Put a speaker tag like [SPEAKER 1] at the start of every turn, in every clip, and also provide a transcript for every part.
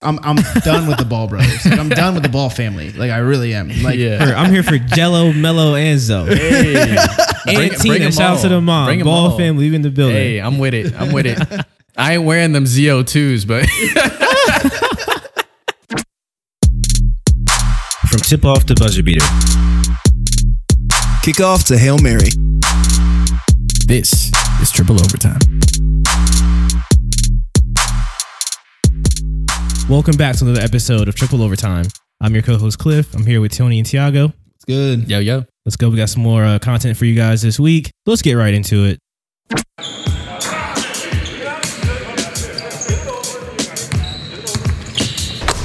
[SPEAKER 1] I'm I'm done with the Ball brothers. Like, I'm done with the Ball family. Like I really am. Like
[SPEAKER 2] Yeah.
[SPEAKER 3] Her, I'm here for Jello, Mello, and Zo.
[SPEAKER 2] Hey,
[SPEAKER 3] And Tina,
[SPEAKER 2] 'em
[SPEAKER 3] shout out to
[SPEAKER 2] all.
[SPEAKER 3] the mom.
[SPEAKER 2] Bring 'em
[SPEAKER 3] Ball
[SPEAKER 2] all.
[SPEAKER 3] family, leaving the building.
[SPEAKER 2] Hey, I'm with it. I'm with it. I ain't wearing them ZO2s, but
[SPEAKER 3] From tip off to buzzer beater.
[SPEAKER 4] Kick off to Hail Mary.
[SPEAKER 2] this is triple overtime.
[SPEAKER 3] Welcome back to another episode of Triple Overtime. I'm your co-host Cliff. I'm here with Tony and Tiago.
[SPEAKER 1] it's good.
[SPEAKER 2] Yo, yo.
[SPEAKER 3] Let's go. We got some more uh, content for you guys this week. Let's get right into it.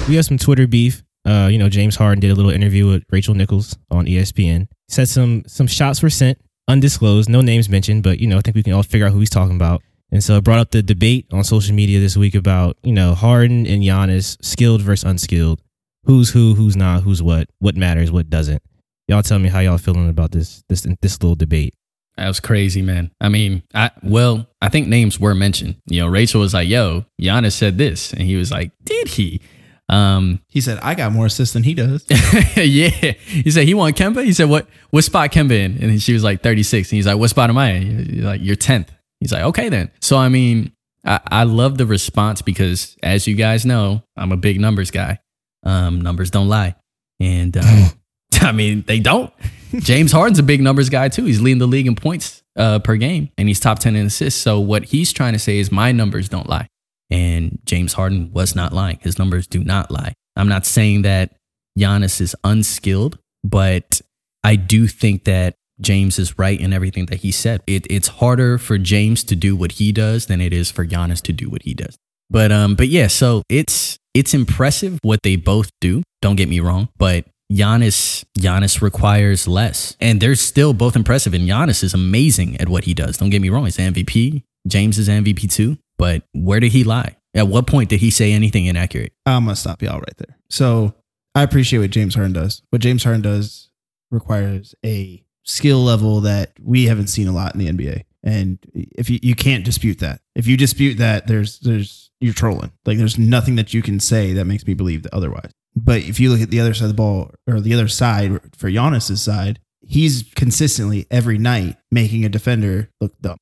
[SPEAKER 3] We have some Twitter beef. Uh, you know, James Harden did a little interview with Rachel Nichols on E ESPN. Said some some shots were sent, undisclosed, no names mentioned, but you know, I think we can all figure out who he's talking about. And so it brought up the debate on social media this week about, you know, Harden and Giannis, skilled versus unskilled. Who's who, who's not, who's what, what matters, what doesn't y'all tell me how y'all feeling about this this this little debate.
[SPEAKER 2] That was crazy, man. I mean, I well, I think names were mentioned. You know, Rachel was like, "Yo, Giannis said this," and he was like, "Did he?" Um,
[SPEAKER 1] He said I got more assists than he does.
[SPEAKER 2] yeah. He said he won Kemba. He said, "What what spot Kemba in?" And she was like, "36." And he's like, "What spot am I in?" He's like, "You're 10th." He's like, "Okay then." So I mean, I, I love the response because, as you guys know, I'm a big numbers guy. Um, numbers don't lie, and um, I mean they don't. James Harden's a big numbers guy too. He's leading the league in points uh, per game, and he's top 10 in assists. So what he's trying to say is, my numbers don't lie. And James Harden was not lying. His numbers do not lie. I'm not saying that Giannis is unskilled, but I do think that James is right in everything that he said. It, it's harder for James to do what he does than it is for Giannis to do what he does. But um, but yeah, so it's it's impressive what they both do. Don't get me wrong, but Giannis Giannis requires less, and they're still both impressive. And Giannis is amazing at what he does. Don't get me wrong, he's the MVP. James is MVP too. But where did he lie? At what point did he say anything inaccurate?
[SPEAKER 1] I'm gonna stop y'all right there. So I appreciate what James Harden does. What James Harden does requires a skill level that we haven't seen a lot in the NBA. And if you, you can't dispute that. If you dispute that, there's there's you're trolling. Like there's nothing that you can say that makes me believe that otherwise. But if you look at the other side of the ball or the other side for Giannis's side, he's consistently every night making a defender look dumb.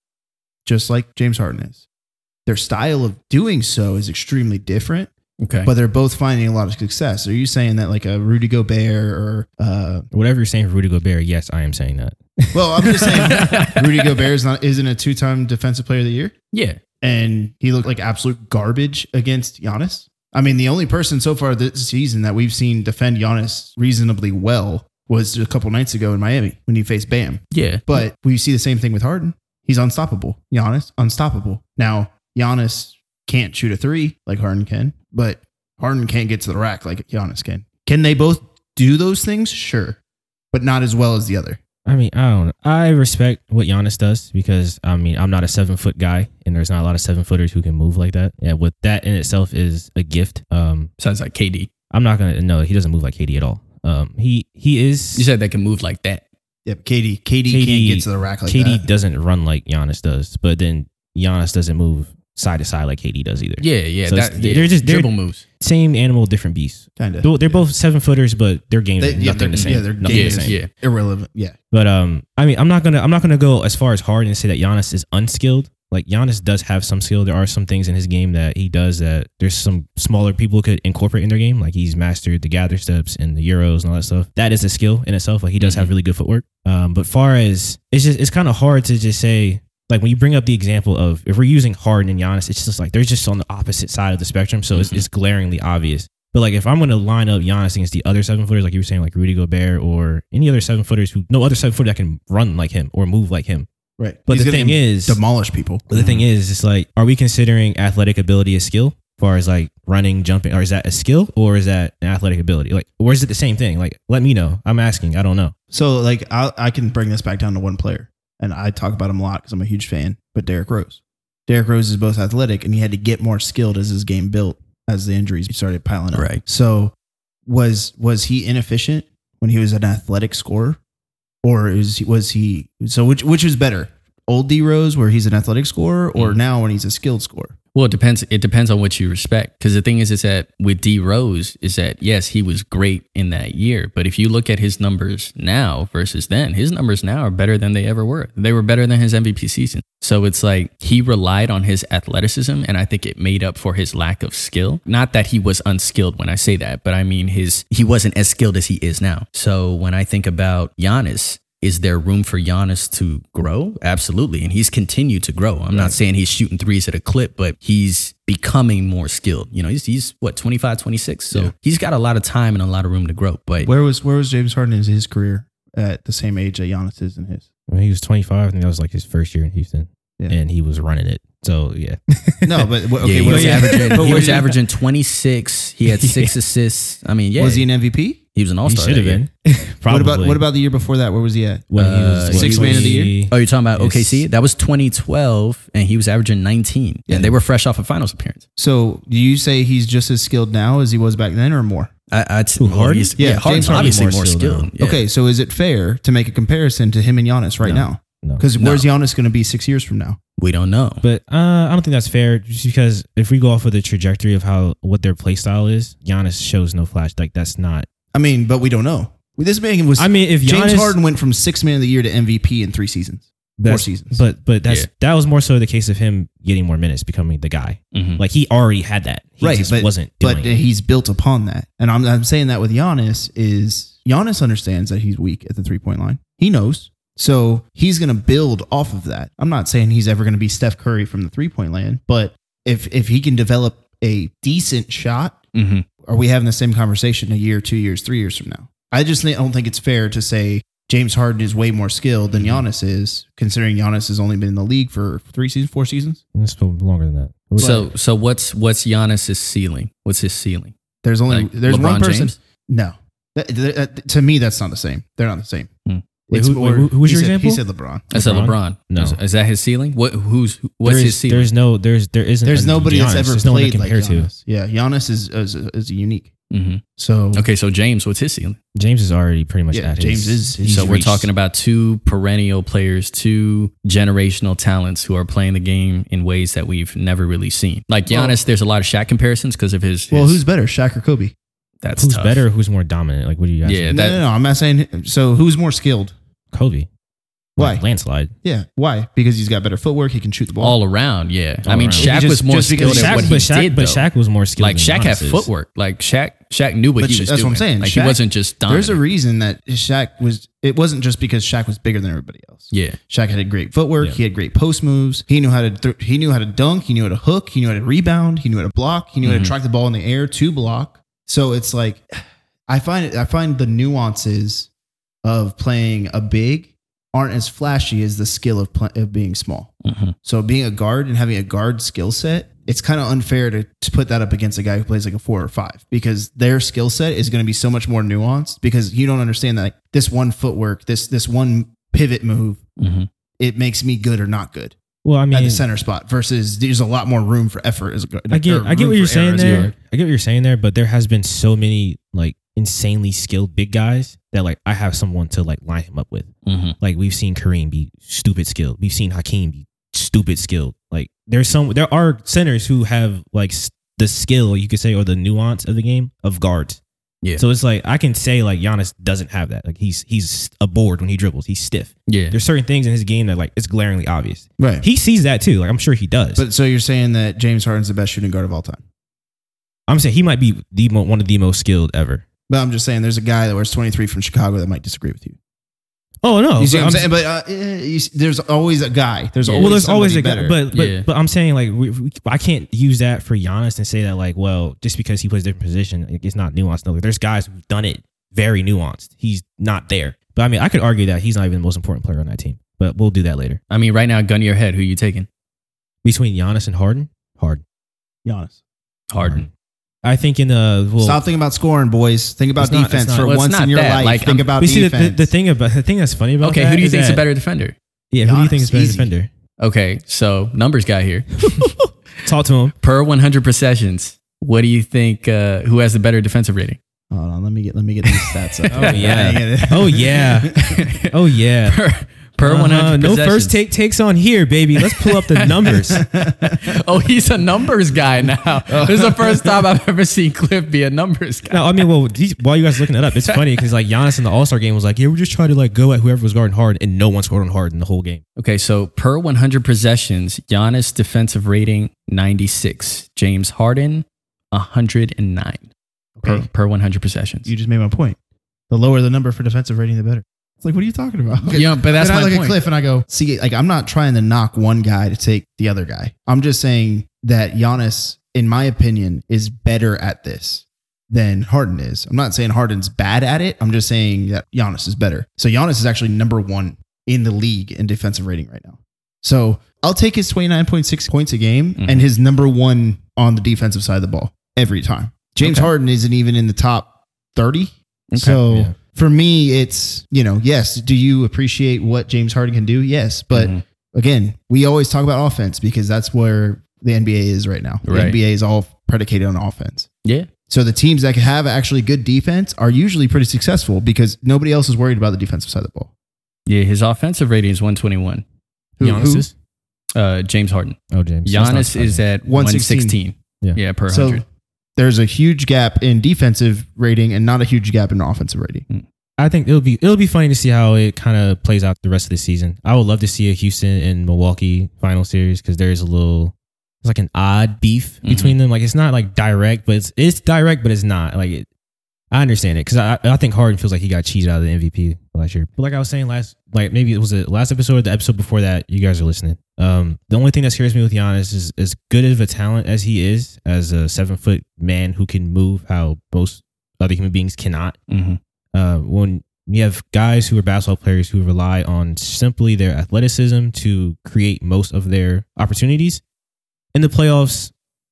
[SPEAKER 1] Just like James Harden is. Their style of doing so is extremely different
[SPEAKER 2] Okay,
[SPEAKER 1] but they're both finding a lot of success. Are you saying that like a Rudy Gobert or uh,
[SPEAKER 3] Whatever you're saying for Rudy Gobert, yes, I am saying that.
[SPEAKER 1] well, I'm just saying Rudy Gobert is not isn't a two time defensive player of the year,
[SPEAKER 2] yeah,
[SPEAKER 1] and he looked like absolute garbage against Giannis. I mean, the only person so far this season that we've seen defend Giannis reasonably well was a couple nights ago in Miami when he faced Bam.
[SPEAKER 2] yeah.
[SPEAKER 1] But we see the same thing with Harden. He's unstoppable. Giannis, unstoppable. Now, Giannis can't shoot a three like Harden can, but Harden can't get to the rack like Giannis can. Can they both do those things? Sure, but not as well as the other.
[SPEAKER 3] I mean, I don't. know. I respect what Giannis does because I mean, I'm not a seven foot guy, and there's not a lot of seven footers who can move like that. And what that in itself is a gift. Um,
[SPEAKER 2] Sounds like KD.
[SPEAKER 3] I'm not gonna. No, he doesn't move like KD at all. Um, he he is.
[SPEAKER 2] You said they can move like that.
[SPEAKER 1] Yep, KD, KD,
[SPEAKER 3] KD
[SPEAKER 1] can't get to the rack like
[SPEAKER 3] KD
[SPEAKER 1] that.
[SPEAKER 3] doesn't run like Giannis does, but then Giannis doesn't move side to side like KD does either.
[SPEAKER 2] Yeah, yeah.
[SPEAKER 3] So
[SPEAKER 2] that,
[SPEAKER 3] it's-
[SPEAKER 2] yeah,
[SPEAKER 3] they're just- they're-
[SPEAKER 2] dribble moves.
[SPEAKER 3] Same animal, different beast.
[SPEAKER 1] Kind of.
[SPEAKER 3] They're, they're both seven footers, but their game is
[SPEAKER 1] yeah,
[SPEAKER 3] nothing
[SPEAKER 1] they're-
[SPEAKER 3] the same.
[SPEAKER 1] yeah, their
[SPEAKER 3] Nothing
[SPEAKER 1] game
[SPEAKER 3] the
[SPEAKER 1] is-
[SPEAKER 3] same.
[SPEAKER 2] Yeah.
[SPEAKER 1] irrelevant. Yeah,
[SPEAKER 3] But um, I mean, I'm not gonna I'm not gonna go as far as hard and say that Giannis is unskilled. Like Giannis does have some skill. There are some things in his game that he does that there's some smaller people could incorporate in their game. Like he's mastered the gather steps and the euros and all that stuff. That is a skill in itself. Like he does have really good footwork. Um, but far as it's just it's kind of hard to just say like when you bring up the example of if we're using Harden and Giannis, it's just like they're just on the opposite side of the spectrum. So it's,
[SPEAKER 2] Mhm.
[SPEAKER 3] it's glaringly obvious. But like if I'm gonna line up Giannis against the other seven footers, like you were saying, like Rudy Gobert or any other seven footers who no other seven footer that can run like him or move like him.
[SPEAKER 1] right.
[SPEAKER 3] But
[SPEAKER 1] He's
[SPEAKER 3] the
[SPEAKER 1] gonna
[SPEAKER 3] thing is
[SPEAKER 1] demolish people. Mm-hmm.
[SPEAKER 3] but the thing is, it's like, are we considering athletic ability as skill? As far as like running, jumping, or is that a skill or is that an athletic ability? Like, or is it the same thing? Like, let me know. I'm asking. I don't know.
[SPEAKER 1] So like I, I can bring this back down to one player, and I talk about him a lot because I'm a huge fan. But Derrick Rose, Derrick Rose is both athletic and he had to get more skilled as his game built as the injuries started piling up.
[SPEAKER 2] Right.
[SPEAKER 1] So was was he inefficient when he was an athletic scorer, or is was he so which which is better? Old D Rose, where he's an athletic scorer, or
[SPEAKER 2] Mm.
[SPEAKER 1] now when he's a skilled scorer?
[SPEAKER 2] Well, it depends. It depends on what you respect. Because the thing is, is that with D Rose, is that yes, he was great in that year. But if you look at his numbers now versus then, his numbers now are better than they ever were. They were better than his MVP season. So it's like he relied on his athleticism, and I think it made up for his lack of skill. Not that he was unskilled when I say that, but I mean his he wasn't as skilled as he is now. So when I think about Giannis, is there room for Giannis to grow? Absolutely. And he's continued to grow. I'm not saying he's shooting threes at a clip, but he's becoming more skilled. You know, he's, he's what, 25, 26? So he's got a lot of time and a lot of room to grow. But
[SPEAKER 1] Where was where was James Harden in his career at the same age that Giannis is in his?
[SPEAKER 3] When he was 25, I think that was like his first year in Houston,
[SPEAKER 1] Yeah.
[SPEAKER 3] and he was running it. So yeah,
[SPEAKER 1] No, but wh-
[SPEAKER 2] yeah,
[SPEAKER 1] okay,
[SPEAKER 2] he,
[SPEAKER 1] what
[SPEAKER 2] was
[SPEAKER 1] was,
[SPEAKER 3] yeah. But
[SPEAKER 2] averaging, he
[SPEAKER 3] what
[SPEAKER 2] was
[SPEAKER 3] did-
[SPEAKER 2] averaging 26. He had six assists. I mean, yeah,
[SPEAKER 1] was he
[SPEAKER 2] he,
[SPEAKER 1] an MVP?
[SPEAKER 2] was an all
[SPEAKER 3] he
[SPEAKER 2] star.
[SPEAKER 3] should have been. Probably.
[SPEAKER 1] What about what about the year before that? Where was he at?
[SPEAKER 3] when he
[SPEAKER 2] uh,
[SPEAKER 3] was what,
[SPEAKER 1] sixth man of the year? Uh,
[SPEAKER 3] 20
[SPEAKER 2] Oh, you're talking about
[SPEAKER 3] Yes.
[SPEAKER 2] OKC? That was 2012, and he was averaging 19.
[SPEAKER 1] Yeah.
[SPEAKER 2] And they were fresh off a finals appearance.
[SPEAKER 1] So do you say he's just as skilled now as he was back then, or more?
[SPEAKER 2] I, I t-
[SPEAKER 3] Who, Harden?
[SPEAKER 2] he's-
[SPEAKER 1] Yeah,
[SPEAKER 2] Yeah,
[SPEAKER 1] James
[SPEAKER 2] Harden's
[SPEAKER 1] Harden's
[SPEAKER 2] obviously
[SPEAKER 3] more
[SPEAKER 2] more
[SPEAKER 3] skilled now.
[SPEAKER 2] skilled. Yeah.
[SPEAKER 1] Okay, so is it fair to make a comparison to him and Giannis right
[SPEAKER 3] No.
[SPEAKER 1] now?
[SPEAKER 3] No.
[SPEAKER 1] Because
[SPEAKER 2] No.
[SPEAKER 1] where's Giannis going to be six years from now?
[SPEAKER 2] We don't know.
[SPEAKER 3] But uh, I don't think that's fair, just because if we go off of the trajectory of how what their play style is, Giannis shows no flash. Like that's not.
[SPEAKER 1] I mean, but we don't know. This man was.
[SPEAKER 3] I mean, if Giannis,
[SPEAKER 1] James Harden went from six man of the year to MVP in three seasons, four
[SPEAKER 3] that's-
[SPEAKER 1] seasons.
[SPEAKER 3] but but that's
[SPEAKER 2] Yeah.
[SPEAKER 3] that was more so the case of him getting more minutes, becoming the guy.
[SPEAKER 2] Mhm.
[SPEAKER 3] Like he already had that. He
[SPEAKER 1] Right,
[SPEAKER 3] just
[SPEAKER 1] but-
[SPEAKER 3] wasn't.
[SPEAKER 1] but
[SPEAKER 3] doing it.
[SPEAKER 1] he's built upon that. And I'm, I'm saying that with Giannis is Giannis understands that he's weak at the three point line. He knows. So he's going to build off of that. I'm not saying he's ever going to be Steph Curry from the three point land, but if if he can develop a decent shot,
[SPEAKER 3] Mm-hmm.
[SPEAKER 2] Mhm.
[SPEAKER 1] are we having the same conversation a year, two years, three years from now? I just think- I don't think it's fair to say James Harden is way more skilled than
[SPEAKER 2] Mm-hmm.
[SPEAKER 1] Giannis is, considering Giannis has only been in the league for three seasons, four seasons.
[SPEAKER 3] It's been longer than that. What was
[SPEAKER 2] So so what's what's Giannis's ceiling? What's his ceiling?
[SPEAKER 1] There's only
[SPEAKER 2] Like
[SPEAKER 1] there's one
[SPEAKER 2] LeBron
[SPEAKER 1] person.
[SPEAKER 2] James?
[SPEAKER 1] No. That, that- that- to me, that's not the same. They're not the same.
[SPEAKER 2] Hmm. Uh,
[SPEAKER 3] Wait,
[SPEAKER 1] It's
[SPEAKER 3] who-
[SPEAKER 1] more-
[SPEAKER 3] wait, who- who was
[SPEAKER 1] he
[SPEAKER 3] your
[SPEAKER 1] said-
[SPEAKER 3] example?
[SPEAKER 1] He said LeBron.
[SPEAKER 2] I said
[SPEAKER 3] LeBron?
[SPEAKER 2] LeBron.
[SPEAKER 3] No.
[SPEAKER 2] Is, is that his ceiling? What who's what's
[SPEAKER 3] There's-
[SPEAKER 2] his ceiling?
[SPEAKER 3] There's no. There's there isn't.
[SPEAKER 1] There's
[SPEAKER 3] a
[SPEAKER 1] nobody that's
[SPEAKER 3] Giannis.
[SPEAKER 1] ever
[SPEAKER 3] There's no one to
[SPEAKER 1] played like
[SPEAKER 3] compare to.
[SPEAKER 1] Giannis. Yeah, Giannis is is, is unique.
[SPEAKER 2] Mhm.
[SPEAKER 1] So
[SPEAKER 2] Okay, so James, what's his ceiling?
[SPEAKER 3] James is already pretty much
[SPEAKER 1] yeah,
[SPEAKER 3] at
[SPEAKER 1] James
[SPEAKER 3] his,
[SPEAKER 1] is. he's
[SPEAKER 2] so we're
[SPEAKER 1] reached.
[SPEAKER 2] talking about two perennial players, two generational talents who are playing the game in ways that we've never really seen. Like Giannis, there's a lot of Shaq comparisons because of his.
[SPEAKER 1] Well,
[SPEAKER 2] his-
[SPEAKER 1] who's better, Shaq or Kobe?
[SPEAKER 2] that's
[SPEAKER 3] Who's
[SPEAKER 2] tough.
[SPEAKER 3] better? Who's more dominant? Like what do you guys?
[SPEAKER 2] Yeah,
[SPEAKER 3] think?
[SPEAKER 1] no,
[SPEAKER 2] that-
[SPEAKER 1] no, no, I'm not saying. So who's more skilled?
[SPEAKER 3] Kobe.
[SPEAKER 1] Why?
[SPEAKER 3] Like, landslide.
[SPEAKER 1] Yeah, why? Because he's got better footwork. He can shoot the ball.
[SPEAKER 2] all around? Yeah, I
[SPEAKER 3] All
[SPEAKER 2] mean,
[SPEAKER 3] around.
[SPEAKER 2] Shaq
[SPEAKER 1] Just-
[SPEAKER 2] was more
[SPEAKER 1] just
[SPEAKER 2] skilled
[SPEAKER 1] because
[SPEAKER 2] at
[SPEAKER 1] Shaq-
[SPEAKER 2] what he
[SPEAKER 3] but Shaq,
[SPEAKER 2] did.
[SPEAKER 3] but
[SPEAKER 2] though.
[SPEAKER 3] Shaq was more skilled.
[SPEAKER 2] like
[SPEAKER 3] than
[SPEAKER 2] Shaq had
[SPEAKER 3] Giannis is.
[SPEAKER 2] footwork. Like Shaq, Shaq knew what
[SPEAKER 1] But
[SPEAKER 2] he
[SPEAKER 1] sh-
[SPEAKER 2] was
[SPEAKER 1] that's what
[SPEAKER 2] doing.
[SPEAKER 1] I'm saying.
[SPEAKER 2] Like he
[SPEAKER 1] Shaq-
[SPEAKER 2] wasn't just dominant.
[SPEAKER 1] There's a reason that Shaq was. It wasn't just because Shaq was bigger than everybody else.
[SPEAKER 2] yeah.
[SPEAKER 1] Shaq had great footwork.
[SPEAKER 3] Yeah.
[SPEAKER 1] He had great post moves. He knew how to th- he knew how to dunk. He knew how to hook. He knew how to rebound. He knew how to block. He knew how
[SPEAKER 2] Mhm.
[SPEAKER 1] to track the ball in the air to block. So it's like I find it, I find the nuances of playing a big aren't as flashy as the skill of pl- of being small.
[SPEAKER 2] Mhm.
[SPEAKER 1] So being a guard and having a guard skill set, it's kind of unfair to, to put that up against a guy who plays like a four or five because their skill set is going to be so much more nuanced because you don't understand that like, this one footwork, this this one pivot move,
[SPEAKER 2] Mhm.
[SPEAKER 1] it makes me good or not good
[SPEAKER 3] Well, I
[SPEAKER 1] at
[SPEAKER 3] mean,
[SPEAKER 1] the center spot versus there's a lot more room for effort. As a,
[SPEAKER 3] I get, I get what you're saying there. I get what you're saying there, but there has been so many like insanely skilled big guys that like I have someone to like line him up with.
[SPEAKER 2] Mhm.
[SPEAKER 3] Like we've seen Kareem be stupid skilled. We've seen Hakeem be stupid skilled. Like there's some, there are centers who have like s- the skill you could say or the nuance of the game of guards.
[SPEAKER 2] Yeah.
[SPEAKER 3] So it's like I can say like Giannis doesn't have that. Like he's he's a board when he dribbles. He's stiff.
[SPEAKER 2] Yeah.
[SPEAKER 3] There's certain things in his game that like it's glaringly obvious.
[SPEAKER 1] Right.
[SPEAKER 3] He sees that too. Like I'm sure he does.
[SPEAKER 1] But so you're saying that James Harden's the best shooting guard of all time.
[SPEAKER 3] I'm saying he might be the mo- one of the most skilled ever.
[SPEAKER 1] But I'm just saying there's a guy that wears 23 from Chicago that might disagree with you.
[SPEAKER 3] Oh no,
[SPEAKER 1] You see
[SPEAKER 3] but
[SPEAKER 1] what I'm, saying?
[SPEAKER 3] I'm-
[SPEAKER 1] But uh, eh, you see- there's always a guy. There's
[SPEAKER 2] Yeah.
[SPEAKER 1] always
[SPEAKER 3] well, there's always a
[SPEAKER 1] somebody
[SPEAKER 3] guy,
[SPEAKER 1] better.
[SPEAKER 3] but but,
[SPEAKER 2] Yeah.
[SPEAKER 3] but I'm saying like we, we, I can't use that for Giannis and say that like well just because he plays a different position like, it's not nuanced. No, like, there's guys who've done it very nuanced. He's not there. But I mean, I could argue that he's not even the most important player on that team. But we'll do that later.
[SPEAKER 2] I mean, right now, gun to your head. Who you taking?
[SPEAKER 3] Between Giannis and Harden, Harden,
[SPEAKER 1] Giannis.
[SPEAKER 2] Harden.
[SPEAKER 3] I think in the well,
[SPEAKER 1] Stop thinking about scoring, boys. Think about
[SPEAKER 3] It's not- it's
[SPEAKER 1] defense
[SPEAKER 3] not-
[SPEAKER 1] for
[SPEAKER 2] well, it's
[SPEAKER 1] once
[SPEAKER 2] not
[SPEAKER 1] in your
[SPEAKER 2] that.
[SPEAKER 1] life.
[SPEAKER 2] Like,
[SPEAKER 1] think
[SPEAKER 2] I'm-
[SPEAKER 1] about
[SPEAKER 3] we see the,
[SPEAKER 1] defense.
[SPEAKER 3] the, the thing about the thing that's funny about
[SPEAKER 2] Okay.
[SPEAKER 3] that
[SPEAKER 2] Who do you
[SPEAKER 3] is
[SPEAKER 2] think's a
[SPEAKER 3] that-
[SPEAKER 2] better defender?
[SPEAKER 3] Yeah, who do you think is
[SPEAKER 1] Giannis,
[SPEAKER 3] better
[SPEAKER 1] easy.
[SPEAKER 3] defender?
[SPEAKER 2] Okay. So numbers guy here.
[SPEAKER 3] Talk to him.
[SPEAKER 2] per 100 possessions, what do you think? Uh, who has the better defensive rating?
[SPEAKER 1] Hold on, let me get let me get these stats up.
[SPEAKER 3] Oh, yeah. Oh yeah. Oh yeah.
[SPEAKER 2] per, per
[SPEAKER 3] Uh-huh,
[SPEAKER 2] 100
[SPEAKER 3] no
[SPEAKER 2] possessions.
[SPEAKER 3] first take takes on here, baby. Let's pull up the numbers.
[SPEAKER 2] oh, he's a numbers guy now. This is the first time I've ever seen Cliff be a numbers guy.
[SPEAKER 3] No, I mean, well, these, while you guys are looking that up, it's funny because like Giannis in the All Star game was like, yeah, we just tried to like go at whoever was guarding hard, and no one scored on hard in the whole game.
[SPEAKER 2] Okay, so per 100 possessions, Giannis defensive rating 96, James Harden 109 per,
[SPEAKER 1] Okay.
[SPEAKER 2] per 100 possessions.
[SPEAKER 1] You just made my point. The lower the number for defensive rating, the better. It's like, what are you talking about?
[SPEAKER 2] yeah, but that's
[SPEAKER 1] and I
[SPEAKER 2] my
[SPEAKER 1] look
[SPEAKER 2] point.
[SPEAKER 1] at Cliff and I go, see, like I'm not trying to knock one guy to take the other guy. I'm just saying that Giannis, in my opinion, is better at this than Harden is. I'm not saying Harden's bad at it. I'm just saying that Giannis is better. So Giannis is actually number one in the league in defensive rating right now. So I'll take his 29.6 points a game
[SPEAKER 2] Mhm.
[SPEAKER 1] and his number one on the defensive side of the ball every time. James
[SPEAKER 2] Okay.
[SPEAKER 1] Harden isn't even in the top 30. So
[SPEAKER 3] yeah.
[SPEAKER 1] for me, it's, you know, yes, do you appreciate what James Harden can do? Yes. But
[SPEAKER 3] Mm-hmm.
[SPEAKER 2] Mhm.
[SPEAKER 1] again, we always talk about offense because that's where the NBA is right now. The
[SPEAKER 2] Right.
[SPEAKER 1] NBA is all predicated on offense.
[SPEAKER 2] yeah,
[SPEAKER 1] So the teams that have actually good defense are usually pretty successful because nobody else is worried about the defensive side of the ball.
[SPEAKER 2] yeah, his offensive rating is 121.
[SPEAKER 1] Who-
[SPEAKER 3] Giannis
[SPEAKER 1] who-
[SPEAKER 3] is
[SPEAKER 2] Uh, James Harden.
[SPEAKER 3] oh James. That's not
[SPEAKER 2] Giannis is
[SPEAKER 3] surprising.
[SPEAKER 2] at 116.
[SPEAKER 1] 116.
[SPEAKER 2] Yeah.
[SPEAKER 3] Yeah.
[SPEAKER 2] per
[SPEAKER 1] so
[SPEAKER 2] 100.
[SPEAKER 1] there's a huge gap in defensive rating and not a huge gap in offensive rating.
[SPEAKER 3] I think it'll be it'll be funny to see how it kind of plays out the rest of the season. I would love to see a Houston and Milwaukee final series because there's a little it's like an odd beef
[SPEAKER 2] Mhm.
[SPEAKER 3] between them. Like it's not like direct, but it's it's direct, but it's not like it. I understand it because I I think Harden feels like he got cheated out of the MVP last year. But like I was saying last, like maybe it was the last episode or the episode before that. You guys are listening. Um, the only thing that scares me with Giannis is as good of a talent as he is, as a seven foot man who can move how most other human beings cannot
[SPEAKER 2] Mhm.
[SPEAKER 3] uh, when you have guys who are basketball players who rely on simply their athleticism to create most of their opportunities in the playoffs,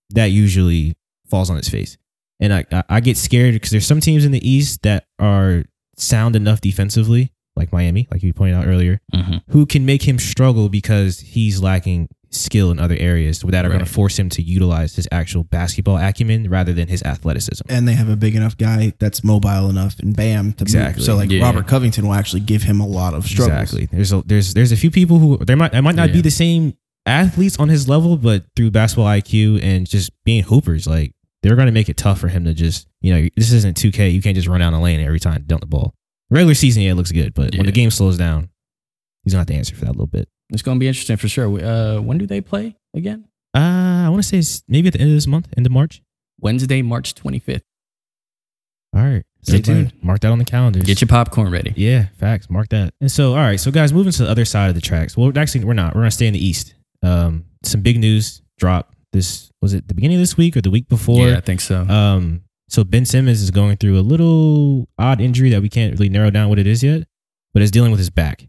[SPEAKER 3] that usually falls on its face. And I, I- I get scared because there's some teams in the East that are sound enough defensively, like Miami, like you pointed out earlier,
[SPEAKER 2] Mhm.
[SPEAKER 3] who can make him struggle because he's lacking skill in other areas that are going
[SPEAKER 2] Right.
[SPEAKER 3] to force him to utilize his actual basketball acumen rather than his athleticism.
[SPEAKER 1] and they have a big enough guy that's mobile enough and bam to
[SPEAKER 3] Exactly.
[SPEAKER 1] move. So like
[SPEAKER 2] Yeah.
[SPEAKER 1] Robert Covington will actually give him a lot of struggles.
[SPEAKER 3] Exactly. There's a there's there's a few people who there might I might not
[SPEAKER 2] Yeah.
[SPEAKER 3] be the same athletes on his level, but through basketball IQ and just being hoopers, like they're gonna make it tough for him to just you know this isn't 2K. You can't just run down the lane every time and dump the ball. Regular season, yeah, it looks good, but when
[SPEAKER 2] Yeah.
[SPEAKER 3] the game slows down, he's gonna have to answer for that a little bit.
[SPEAKER 2] It's going to be interesting for sure. Uh, when do they play again?
[SPEAKER 3] Uh, I want to say it's maybe at the end of this month, end of March.
[SPEAKER 2] Wednesday, March 25th.
[SPEAKER 3] All right,
[SPEAKER 1] Stay
[SPEAKER 3] Everybody, Mark that on the calendar.
[SPEAKER 2] Get your popcorn ready.
[SPEAKER 3] Yeah, facts. Mark that. And so, all right, so guys, moving to the other side of the tracks. Well, actually, we're not. We're gonna stay in the east. Um, some big news drop. This was it the beginning of this week or the week before.
[SPEAKER 2] yeah, I think so.
[SPEAKER 3] Um, so Ben Simmons is going through a little odd injury that we can't really narrow down what it is yet, but is dealing with his back.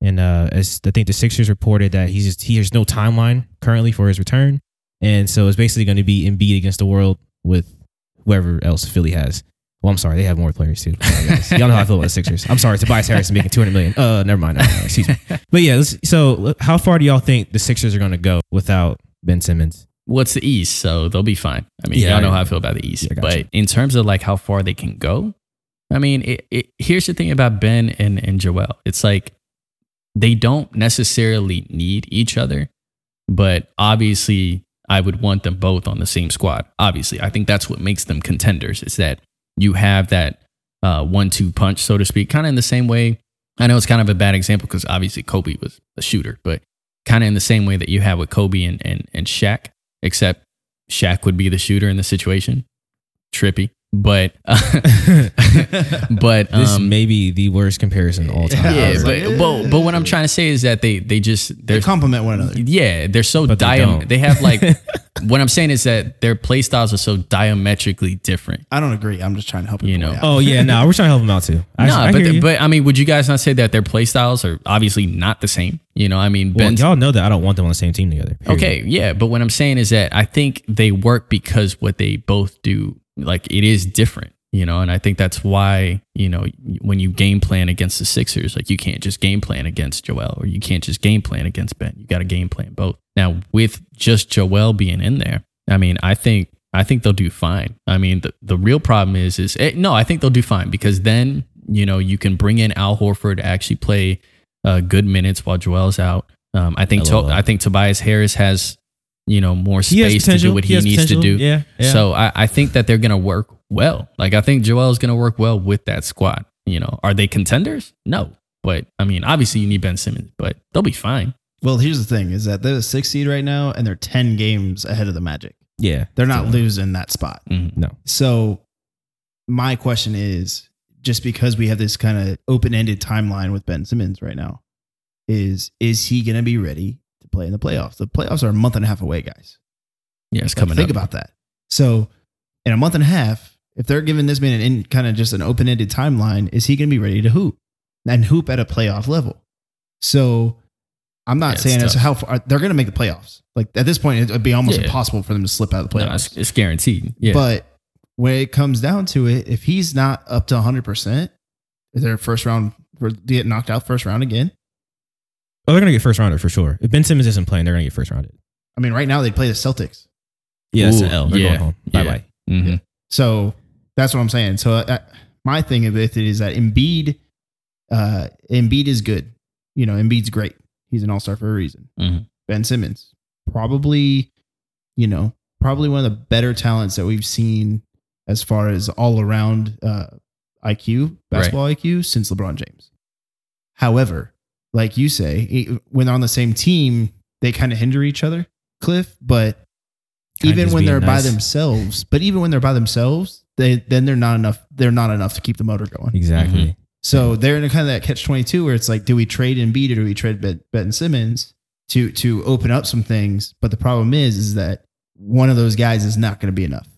[SPEAKER 3] And uh, as I think the Sixers reported that he's just, he has no timeline currently for his return, and so it's basically going to be Embiid against the world with whoever else Philly has. Well, I'm sorry, they have more players too. Sorry, guys. Y'all know how I feel about the Sixers. I'm sorry, Tobias Harris making 200 million. Uh, never mind. Never mind. Excuse me. But yeah, let's, so how far do y'all think the Sixers are going to go without Ben Simmons?
[SPEAKER 2] What's the East, so they'll be fine. I mean,
[SPEAKER 3] Yeah,
[SPEAKER 2] y'all know
[SPEAKER 3] I-
[SPEAKER 2] how I feel about the East,
[SPEAKER 3] Yeah, gotcha.
[SPEAKER 2] but in terms of like how far they can go, I mean, it, it, here's the thing about Ben and and Joel. It's like they don't necessarily need each other, but obviously, I would want them both on the same squad. Obviously, I think that's what makes them contenders. Is that you have that uh, one-two punch, so to speak, kind of in the same way. I know it's kind of a bad example because obviously Kobe was a shooter, but kind of in the same way that you have with Kobe and, and, and Shaq, except Shaq would be the shooter in the situation. Trippy. But, but,
[SPEAKER 3] This
[SPEAKER 2] um,
[SPEAKER 3] may be the worst comparison of all time.
[SPEAKER 2] yeah,
[SPEAKER 1] It's like,
[SPEAKER 2] but, but, but what I'm trying to say is that they, they just,
[SPEAKER 1] They
[SPEAKER 2] they're,
[SPEAKER 1] complement one another.
[SPEAKER 2] yeah, they're so
[SPEAKER 3] But they
[SPEAKER 2] diam.
[SPEAKER 3] don't.
[SPEAKER 2] they have like, what I'm saying is that their play styles are so diametrically different.
[SPEAKER 1] I don't agree. I'm just trying to help
[SPEAKER 2] You
[SPEAKER 1] people
[SPEAKER 2] know.
[SPEAKER 1] out.
[SPEAKER 3] Oh yeah, no, we're trying to help him out too. I,
[SPEAKER 2] no,
[SPEAKER 3] I
[SPEAKER 2] but,
[SPEAKER 3] hear
[SPEAKER 2] the-
[SPEAKER 3] you.
[SPEAKER 2] but I mean, would you guys not say that their play styles are obviously not the same? You know, I mean,
[SPEAKER 3] Well,
[SPEAKER 2] Ben's
[SPEAKER 3] y'all know that I don't want them on the same team together. period.
[SPEAKER 2] Okay, yeah, but what I'm saying is that I think they work because what they both do, like it is different, you know, and I think that's why, you know, when you game plan against the Sixers, like you can't just game plan against Joel or you can't just game plan against Ben. You got to game plan both. Now, with just Joel being in there, I mean, I think I think they'll do fine. I mean, the, the real problem is is eh, no, I think they'll do fine because then, you know, you can bring in Al Horford to actually play uh, good minutes while Joel's out. Um, I think
[SPEAKER 3] LOL.
[SPEAKER 2] to- I think Tobias Harris has you know more
[SPEAKER 3] He has
[SPEAKER 2] space to do
[SPEAKER 3] potential.
[SPEAKER 2] what he,
[SPEAKER 3] has
[SPEAKER 2] needs to
[SPEAKER 3] potential.
[SPEAKER 2] do.
[SPEAKER 3] Yeah. yeah.
[SPEAKER 2] So I, I think that they're gonna work well. Like I think Joel's gonna work well with that squad. You know, are they contenders? No, but I mean, obviously you need Ben Simmons, but they'll be fine.
[SPEAKER 1] Well, here's the thing: is that they're the sixth seed right now, and they're ten games ahead of the Magic.
[SPEAKER 3] yeah,
[SPEAKER 1] They're not losing that spot.
[SPEAKER 2] Mhm.
[SPEAKER 1] So, my question is: just because we have this kind of open-ended timeline with Ben Simmons right now, is is he going to be ready to play in the playoffs? The playoffs are a month and a half away, guys.
[SPEAKER 2] Yeah, it's
[SPEAKER 1] Like,
[SPEAKER 2] coming
[SPEAKER 1] think
[SPEAKER 2] up.
[SPEAKER 1] about that. So, in a month and a half, if they're giving this man an kind of just an open ended timeline, is he going to be ready to hoop and hoop at a playoff level? So, I'm
[SPEAKER 2] Yeah,
[SPEAKER 1] not
[SPEAKER 2] it's
[SPEAKER 1] saying as
[SPEAKER 2] tough.
[SPEAKER 1] how far they're going to make the playoffs. Like at this point, it'd be almost
[SPEAKER 2] Yeah.
[SPEAKER 1] impossible for them to slip out of the
[SPEAKER 2] No,
[SPEAKER 1] playoffs.
[SPEAKER 2] it's, it's guaranteed. Yeah,
[SPEAKER 1] But when it comes down to it, if he's not up to 100, percent their first round or get knocked out first round again.
[SPEAKER 3] Oh, they're gonna get first rounder for sure. If Ben Simmons isn't playing, they're gonna get first rounded.
[SPEAKER 1] I mean, right now they play the Celtics.
[SPEAKER 3] Yeah, that's an
[SPEAKER 2] Ooh,
[SPEAKER 3] L. They're
[SPEAKER 2] yeah,
[SPEAKER 3] going home. Bye bye.
[SPEAKER 2] Mhm.
[SPEAKER 1] So that's what I'm saying. So uh, my thing of it is that Embiid, uh, Embiid is good. You know, Embiid's great. He's an all star for a reason.
[SPEAKER 3] Mm-hmm.
[SPEAKER 2] Mhm.
[SPEAKER 1] Ben Simmons, probably, you know, probably one of the better talents that we've seen as far as all around uh, IQ, basketball IQ, since LeBron James. However, like you say, it- when they're on the same team, they kind of hinder each other, Cliff, but
[SPEAKER 3] Kinda
[SPEAKER 1] even
[SPEAKER 3] just
[SPEAKER 1] when
[SPEAKER 3] being
[SPEAKER 1] they're by
[SPEAKER 3] nice.
[SPEAKER 1] themselves, but even when they're by themselves, they then they're not enough. They're not enough to keep the motor going.
[SPEAKER 3] Exactly.
[SPEAKER 1] So they're in a kind of that catch twenty two where it's like, do we trade Embiid or do we trade Ben, ben Simmons to to open up some things? But the problem is, is that one of those guys is not going to be enough.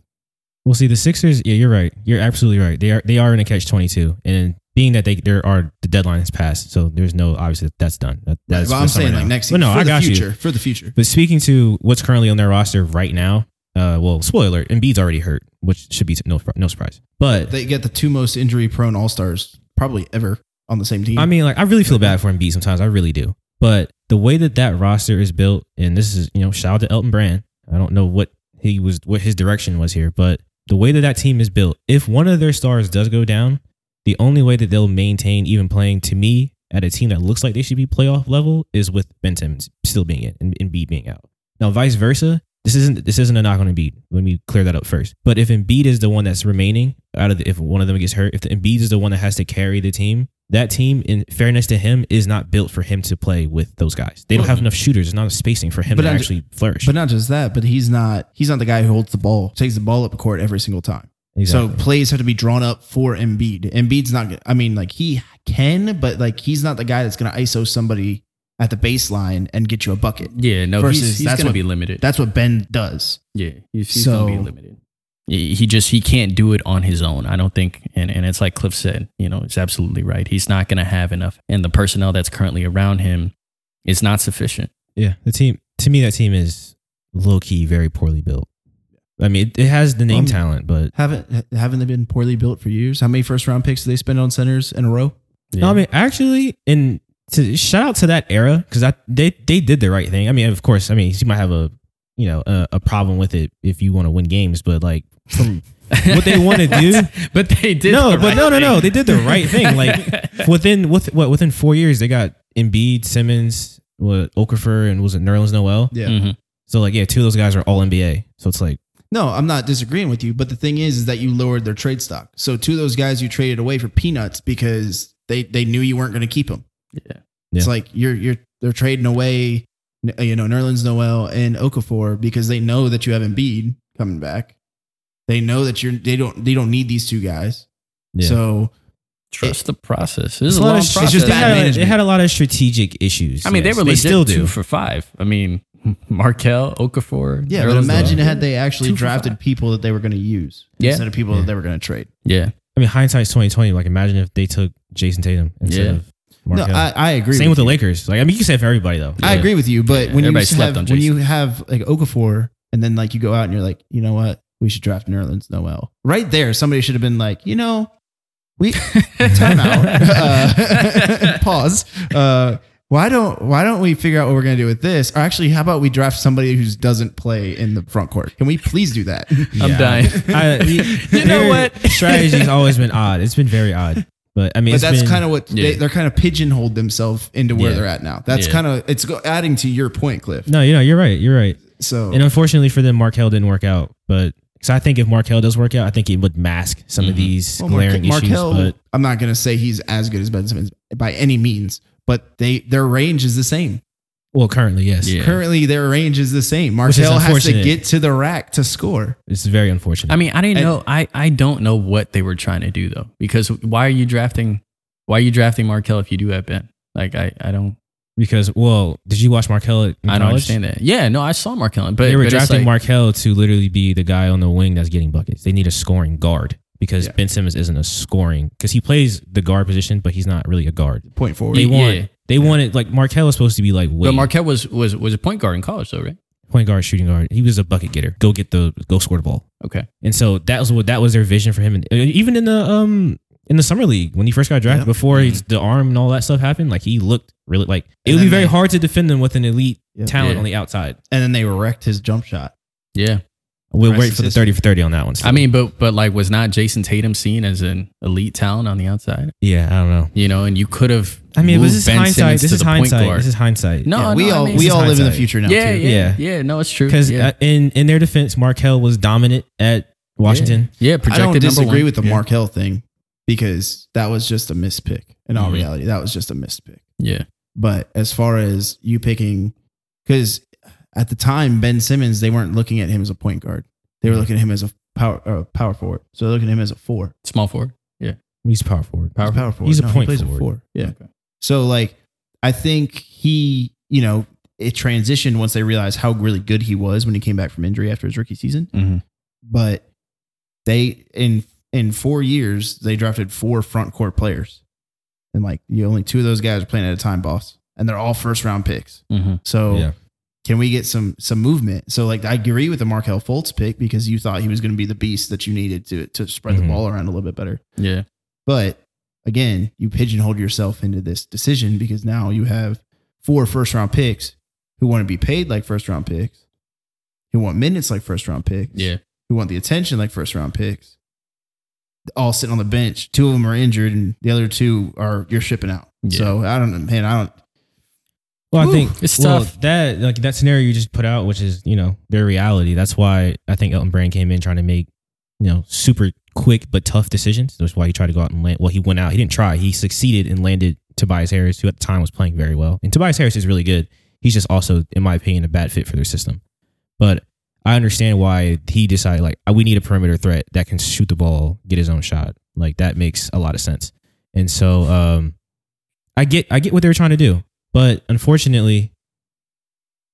[SPEAKER 3] Well, see, the Sixers. Yeah, you're right. You're absolutely right. They are they are in a catch twenty two, and being that they there are the deadline has passed, so there's no obviously that's done. That, that's
[SPEAKER 1] but
[SPEAKER 3] for
[SPEAKER 1] I'm
[SPEAKER 3] summer
[SPEAKER 1] saying
[SPEAKER 3] now.
[SPEAKER 1] like next season,
[SPEAKER 3] But no,
[SPEAKER 1] for
[SPEAKER 3] I
[SPEAKER 1] the
[SPEAKER 3] got
[SPEAKER 1] future,
[SPEAKER 3] you.
[SPEAKER 1] for the future.
[SPEAKER 3] But speaking to what's currently on their roster right now, uh, well, spoiler alert, Embiid's already hurt, which should be no no surprise. But
[SPEAKER 1] They get the two most injury prone All Stars probably ever on the same team.
[SPEAKER 3] I mean, like, I really feel bad for Embiid sometimes. I really do. But the way that that roster is built, and this is, you know, shout out to Elton Brand. I don't know what he was, what his direction was here, but the way that that team is built, if one of their stars does go down, the only way that they'll maintain even playing to me at a team that looks like they should be playoff level is with Ben Simmons still being in and Embiid being out. Now, vice versa, this isn't this isn't a knock on Embiid. Let me clear that up first. But if Embiid is the one that's remaining out of the, if one of them gets hurt, if the Embiid is the one that has to carry the team, that team, in fairness to him, is not built for him to play with those guys. They don't have enough shooters. There's not enough spacing for him
[SPEAKER 1] But
[SPEAKER 3] to
[SPEAKER 1] I'm-
[SPEAKER 3] actually flourish.
[SPEAKER 1] but not just that, but he's not he's not the guy who holds the ball, takes the ball up court every single time.
[SPEAKER 3] Exactly.
[SPEAKER 1] So plays have to be drawn up for Embiid. Embiid's not. I mean, like he can, but like he's not the guy that's going to ISO somebody at the baseline and get you a bucket.
[SPEAKER 2] yeah, no,
[SPEAKER 1] Versus-
[SPEAKER 2] he's, he's
[SPEAKER 1] that's
[SPEAKER 2] gonna
[SPEAKER 1] what-
[SPEAKER 2] be limited.
[SPEAKER 1] That's what Ben does.
[SPEAKER 2] Yeah, he's, he's gonna
[SPEAKER 1] So-
[SPEAKER 2] be limited. He he just he can't do it on his own. I don't think, and and it's like Cliff said, you know, it's absolutely right. He's not gonna have enough, and the personnel that's currently around him is not sufficient.
[SPEAKER 3] yeah, the team to me, that team is low key very poorly built. I mean, it, it has the name
[SPEAKER 1] Um,
[SPEAKER 3] talent, but
[SPEAKER 1] Haven't haven't they been poorly built for years? How many first round picks do they spend on centers in a row?
[SPEAKER 3] No, I mean actually, and to shout out to that era because they they did the right thing. I mean, of course, I mean you might have a you know a, a problem with it if you want to win games, but like from what they want to do,
[SPEAKER 2] but they did.
[SPEAKER 3] no,
[SPEAKER 2] the
[SPEAKER 3] but
[SPEAKER 2] right
[SPEAKER 3] no, no, no,
[SPEAKER 2] thing.
[SPEAKER 3] they did the right thing. Like within with what within four years, they got Embiid, Simmons, what Okafor, and was it Nerlens Noel?
[SPEAKER 1] Yeah.
[SPEAKER 2] Mhm.
[SPEAKER 3] So like yeah, two of those guys are all NBA. So it's like
[SPEAKER 1] No, I'm not disagreeing with you, but the thing is, is that you lowered their trade stock. So two of those guys you traded away for peanuts because they they knew you weren't going to keep them.
[SPEAKER 2] Yeah.
[SPEAKER 1] It's
[SPEAKER 3] Yeah.
[SPEAKER 1] like you're you're they're trading away, you know, Nerlens Noel and Okafor because they know that you have Embiid coming back. They know that you're they don't they don't need these two guys.
[SPEAKER 3] yeah.
[SPEAKER 1] So
[SPEAKER 2] Trust the process. This is
[SPEAKER 3] It's
[SPEAKER 2] a
[SPEAKER 3] lot
[SPEAKER 2] long
[SPEAKER 3] of-
[SPEAKER 2] process.
[SPEAKER 1] it's just
[SPEAKER 3] they had a-
[SPEAKER 1] bad management.
[SPEAKER 3] They had a lot of strategic issues.
[SPEAKER 2] I mean,
[SPEAKER 3] yes.
[SPEAKER 2] they were legit
[SPEAKER 3] still do.
[SPEAKER 2] two for five. I mean, Markel, Okafor.
[SPEAKER 1] yeah,
[SPEAKER 2] Nerlens
[SPEAKER 1] but imagine
[SPEAKER 2] Noel.
[SPEAKER 1] had they actually
[SPEAKER 2] Two for
[SPEAKER 1] drafted
[SPEAKER 2] five.
[SPEAKER 1] people that they were going to use
[SPEAKER 2] Yeah.
[SPEAKER 1] instead of people
[SPEAKER 3] Yeah.
[SPEAKER 1] that they were going to trade.
[SPEAKER 2] Yeah,
[SPEAKER 3] I mean, hindsight's twenty twenty. Like, imagine if they took Jason Tatum instead
[SPEAKER 2] Yeah.
[SPEAKER 3] of Markel.
[SPEAKER 1] No, I, I agree.
[SPEAKER 3] Same with
[SPEAKER 1] with
[SPEAKER 3] the Lakers. Like, I mean, you can say it for everybody though.
[SPEAKER 1] I agree with you, but
[SPEAKER 2] Yeah,
[SPEAKER 1] when you
[SPEAKER 2] everybody
[SPEAKER 1] just have
[SPEAKER 2] slept on
[SPEAKER 1] when
[SPEAKER 2] Jason.
[SPEAKER 1] you have like Okafor and then like you go out and you're like, you know what, we should draft Nerlens Noel. Right there, somebody should have been like, you know, we time out. Uh, pause. Uh, why don't why don't we figure out what we're gonna do with this? Or actually, how about we draft somebody who doesn't play in the front court? Can we please do that? Um,
[SPEAKER 2] I'm
[SPEAKER 3] Yeah.
[SPEAKER 2] dying.
[SPEAKER 3] I,
[SPEAKER 2] You know what?
[SPEAKER 3] Strategy's always been odd. It's been very odd. But I mean,
[SPEAKER 1] but that's kind
[SPEAKER 3] of
[SPEAKER 1] of what
[SPEAKER 2] Yeah.
[SPEAKER 1] they, they're kind of pigeonholed themselves into where
[SPEAKER 3] Yeah.
[SPEAKER 1] they're at now. That's
[SPEAKER 2] Yeah.
[SPEAKER 1] kind of it's go- adding to your point, Cliff.
[SPEAKER 3] no, you know, you're right, you're right.
[SPEAKER 1] So
[SPEAKER 3] And unfortunately for them, Markel didn't work out. But because I think if Markel does work out, I think it would mask some of
[SPEAKER 2] Mhm.
[SPEAKER 3] these
[SPEAKER 1] well, Mar-
[SPEAKER 3] glaring issues.
[SPEAKER 1] Markel,
[SPEAKER 3] but
[SPEAKER 1] I'm not gonna say he's as good as Ben Simmons by any means, but they their range is the same.
[SPEAKER 3] well, currently, yes,
[SPEAKER 2] Yeah.
[SPEAKER 1] Currently, their range is the same.
[SPEAKER 3] Which is
[SPEAKER 1] Markel has to
[SPEAKER 3] unfortunate.
[SPEAKER 1] get to the rack to score.
[SPEAKER 3] it's very unfortunate.
[SPEAKER 2] I mean, I didn't
[SPEAKER 1] And-
[SPEAKER 2] know. I, I don't know what they were trying to do though, because why are you drafting? Why are you drafting Markel if you do have Ben? Like I, I don't
[SPEAKER 3] because well, did you watch Markel? in
[SPEAKER 2] I don't
[SPEAKER 3] college?
[SPEAKER 2] understand that. Yeah, no, I saw Markel, but
[SPEAKER 3] they were
[SPEAKER 2] but it's
[SPEAKER 3] drafting
[SPEAKER 2] like-
[SPEAKER 3] Markel to literally be the guy on the wing that's getting buckets. They need a scoring guard because
[SPEAKER 1] Yeah.
[SPEAKER 3] Ben Simmons isn't a scoring because he plays the guard position, but he's not really a guard.
[SPEAKER 1] Point forward.
[SPEAKER 3] They
[SPEAKER 2] Yeah.
[SPEAKER 3] want they wanted like Markel was supposed to be like way
[SPEAKER 2] But Markel was was was a point guard in college though, right?
[SPEAKER 3] point guard, shooting guard. He was a bucket getter. Go get the go score the ball.
[SPEAKER 2] Okay.
[SPEAKER 3] And so that was what that was their vision for him. And even in the um in the summer league when he first got drafted,
[SPEAKER 1] Yep.
[SPEAKER 3] before his, the arm and all that stuff happened, like he looked really like it
[SPEAKER 1] And
[SPEAKER 3] would be
[SPEAKER 1] then
[SPEAKER 3] very
[SPEAKER 1] they-
[SPEAKER 3] hard to defend him with an elite
[SPEAKER 1] Yep.
[SPEAKER 3] talent
[SPEAKER 2] Yeah.
[SPEAKER 3] on the outside.
[SPEAKER 1] and then they wrecked his jump shot.
[SPEAKER 2] Yeah.
[SPEAKER 3] We'll
[SPEAKER 1] Rest
[SPEAKER 3] wait
[SPEAKER 1] is
[SPEAKER 3] for the
[SPEAKER 1] history.
[SPEAKER 3] thirty for thirty on that one. still.
[SPEAKER 2] I mean, but but like was not Jason Tatum seen as an elite talent on the outside?
[SPEAKER 3] yeah, I don't know.
[SPEAKER 2] You know, and you could have
[SPEAKER 3] I mean, but
[SPEAKER 2] moved
[SPEAKER 3] this is
[SPEAKER 2] Ben
[SPEAKER 3] hindsight.
[SPEAKER 2] Simmons
[SPEAKER 3] This
[SPEAKER 2] to
[SPEAKER 3] is
[SPEAKER 2] the point
[SPEAKER 3] hindsight.
[SPEAKER 2] guard.
[SPEAKER 3] This is hindsight.
[SPEAKER 2] no,
[SPEAKER 1] Yeah,
[SPEAKER 2] no,
[SPEAKER 1] we
[SPEAKER 2] I
[SPEAKER 1] all
[SPEAKER 2] mean,
[SPEAKER 1] we
[SPEAKER 2] it's
[SPEAKER 1] all live in the
[SPEAKER 3] hindsight.
[SPEAKER 1] future now.
[SPEAKER 2] yeah,
[SPEAKER 1] too.
[SPEAKER 2] yeah,
[SPEAKER 3] Yeah.
[SPEAKER 2] yeah, No, it's true.
[SPEAKER 3] because
[SPEAKER 2] yeah.
[SPEAKER 3] uh, in in their defense, Markel was dominant at Washington.
[SPEAKER 2] yeah,
[SPEAKER 1] I
[SPEAKER 2] projected
[SPEAKER 1] don't
[SPEAKER 2] number
[SPEAKER 1] disagree
[SPEAKER 2] one.
[SPEAKER 1] with the
[SPEAKER 3] Yeah.
[SPEAKER 1] Markel thing because that was just a mispick. In all
[SPEAKER 2] Mhm.
[SPEAKER 1] reality, that was just a mispick.
[SPEAKER 2] yeah,
[SPEAKER 1] But as far as you picking, because at the time Ben Simmons, they weren't looking at him as a point guard. They were looking at him as a power uh, power forward. So they're looking at him as a four.
[SPEAKER 2] small forward.
[SPEAKER 3] He's power forward.
[SPEAKER 1] He's a power forward.
[SPEAKER 3] He's a
[SPEAKER 1] No, he
[SPEAKER 3] point
[SPEAKER 1] plays
[SPEAKER 3] forward.
[SPEAKER 1] four. Yeah. So like, I think he, you know, it transitioned once they realized how really good he was when he came back from injury after his rookie season.
[SPEAKER 2] Mm-hmm.
[SPEAKER 1] But they in in four years they drafted four front court players, and like you only two of those guys are playing at a time, boss, and they're all first round picks.
[SPEAKER 2] Mm-hmm.
[SPEAKER 1] So
[SPEAKER 3] Yeah.
[SPEAKER 1] can we get some some movement? So like I agree with the Markel Fultz pick because you thought he was going to be the beast that you needed to to spread
[SPEAKER 2] Mm-hmm.
[SPEAKER 3] Mhm.
[SPEAKER 1] the ball around a little bit better.
[SPEAKER 2] Yeah,
[SPEAKER 1] But again, you pigeonhole yourself into this decision because now you have four first round picks who want to be paid like first round picks, who want minutes like first round picks,
[SPEAKER 2] yeah,
[SPEAKER 1] who want the attention like first round picks. All sitting on the bench. Two of them are injured, and the other two are you're shipping out.
[SPEAKER 2] Yeah.
[SPEAKER 1] So I don't know, man. I don't.
[SPEAKER 3] Well, I
[SPEAKER 2] Whew,
[SPEAKER 3] think
[SPEAKER 2] it's
[SPEAKER 3] well,
[SPEAKER 2] tough.
[SPEAKER 3] That like that scenario you just put out, which is you know their reality. That's why I think Elton Brand came in trying to make you know super quick but tough decisions. That's why he tried to go out and land. Well, he went out. He didn't try. He succeeded and landed Tobias Harris, who at the time was playing very well. And Tobias Harris is really good. He's just also, in my opinion, a bad fit for their system. But I understand why he decided like uh, we need a perimeter threat that can shoot the ball, get his own shot. Like that makes a lot of sense. And so um, I get I get what they were trying to do, but unfortunately,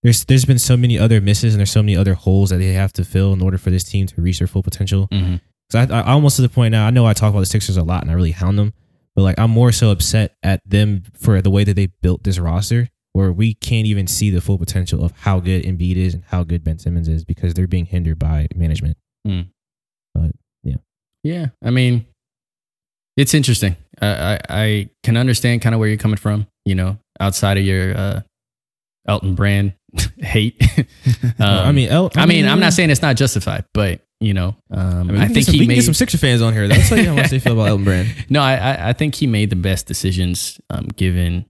[SPEAKER 3] there's there's been so many other misses and there's so many other holes that they have to fill in order for this team to reach their full potential.
[SPEAKER 2] mm-hmm.
[SPEAKER 3] So I, I I almost to the point now. I know I talk about the Sixers a lot, and I really hound them, but like I'm more so upset at them for the way that they built this roster, where we can't even see the full potential of how good Embiid is and how good Ben Simmons is because they're being hindered by management.
[SPEAKER 2] yeah. I mean, it's interesting. I, I I can understand kind of where you're coming from. You know, outside of your uh, Elton Brand hate. Um,
[SPEAKER 3] I mean, El-
[SPEAKER 2] I mean, I'm not saying it's not justified, but you know, um, I,
[SPEAKER 3] I, mean,
[SPEAKER 2] think
[SPEAKER 3] some,
[SPEAKER 2] he
[SPEAKER 3] we can
[SPEAKER 2] made
[SPEAKER 3] get some Sixer fans on here. That's how you want to feel about Elton Brand.
[SPEAKER 2] no. I, I I think he made the best decisions um, given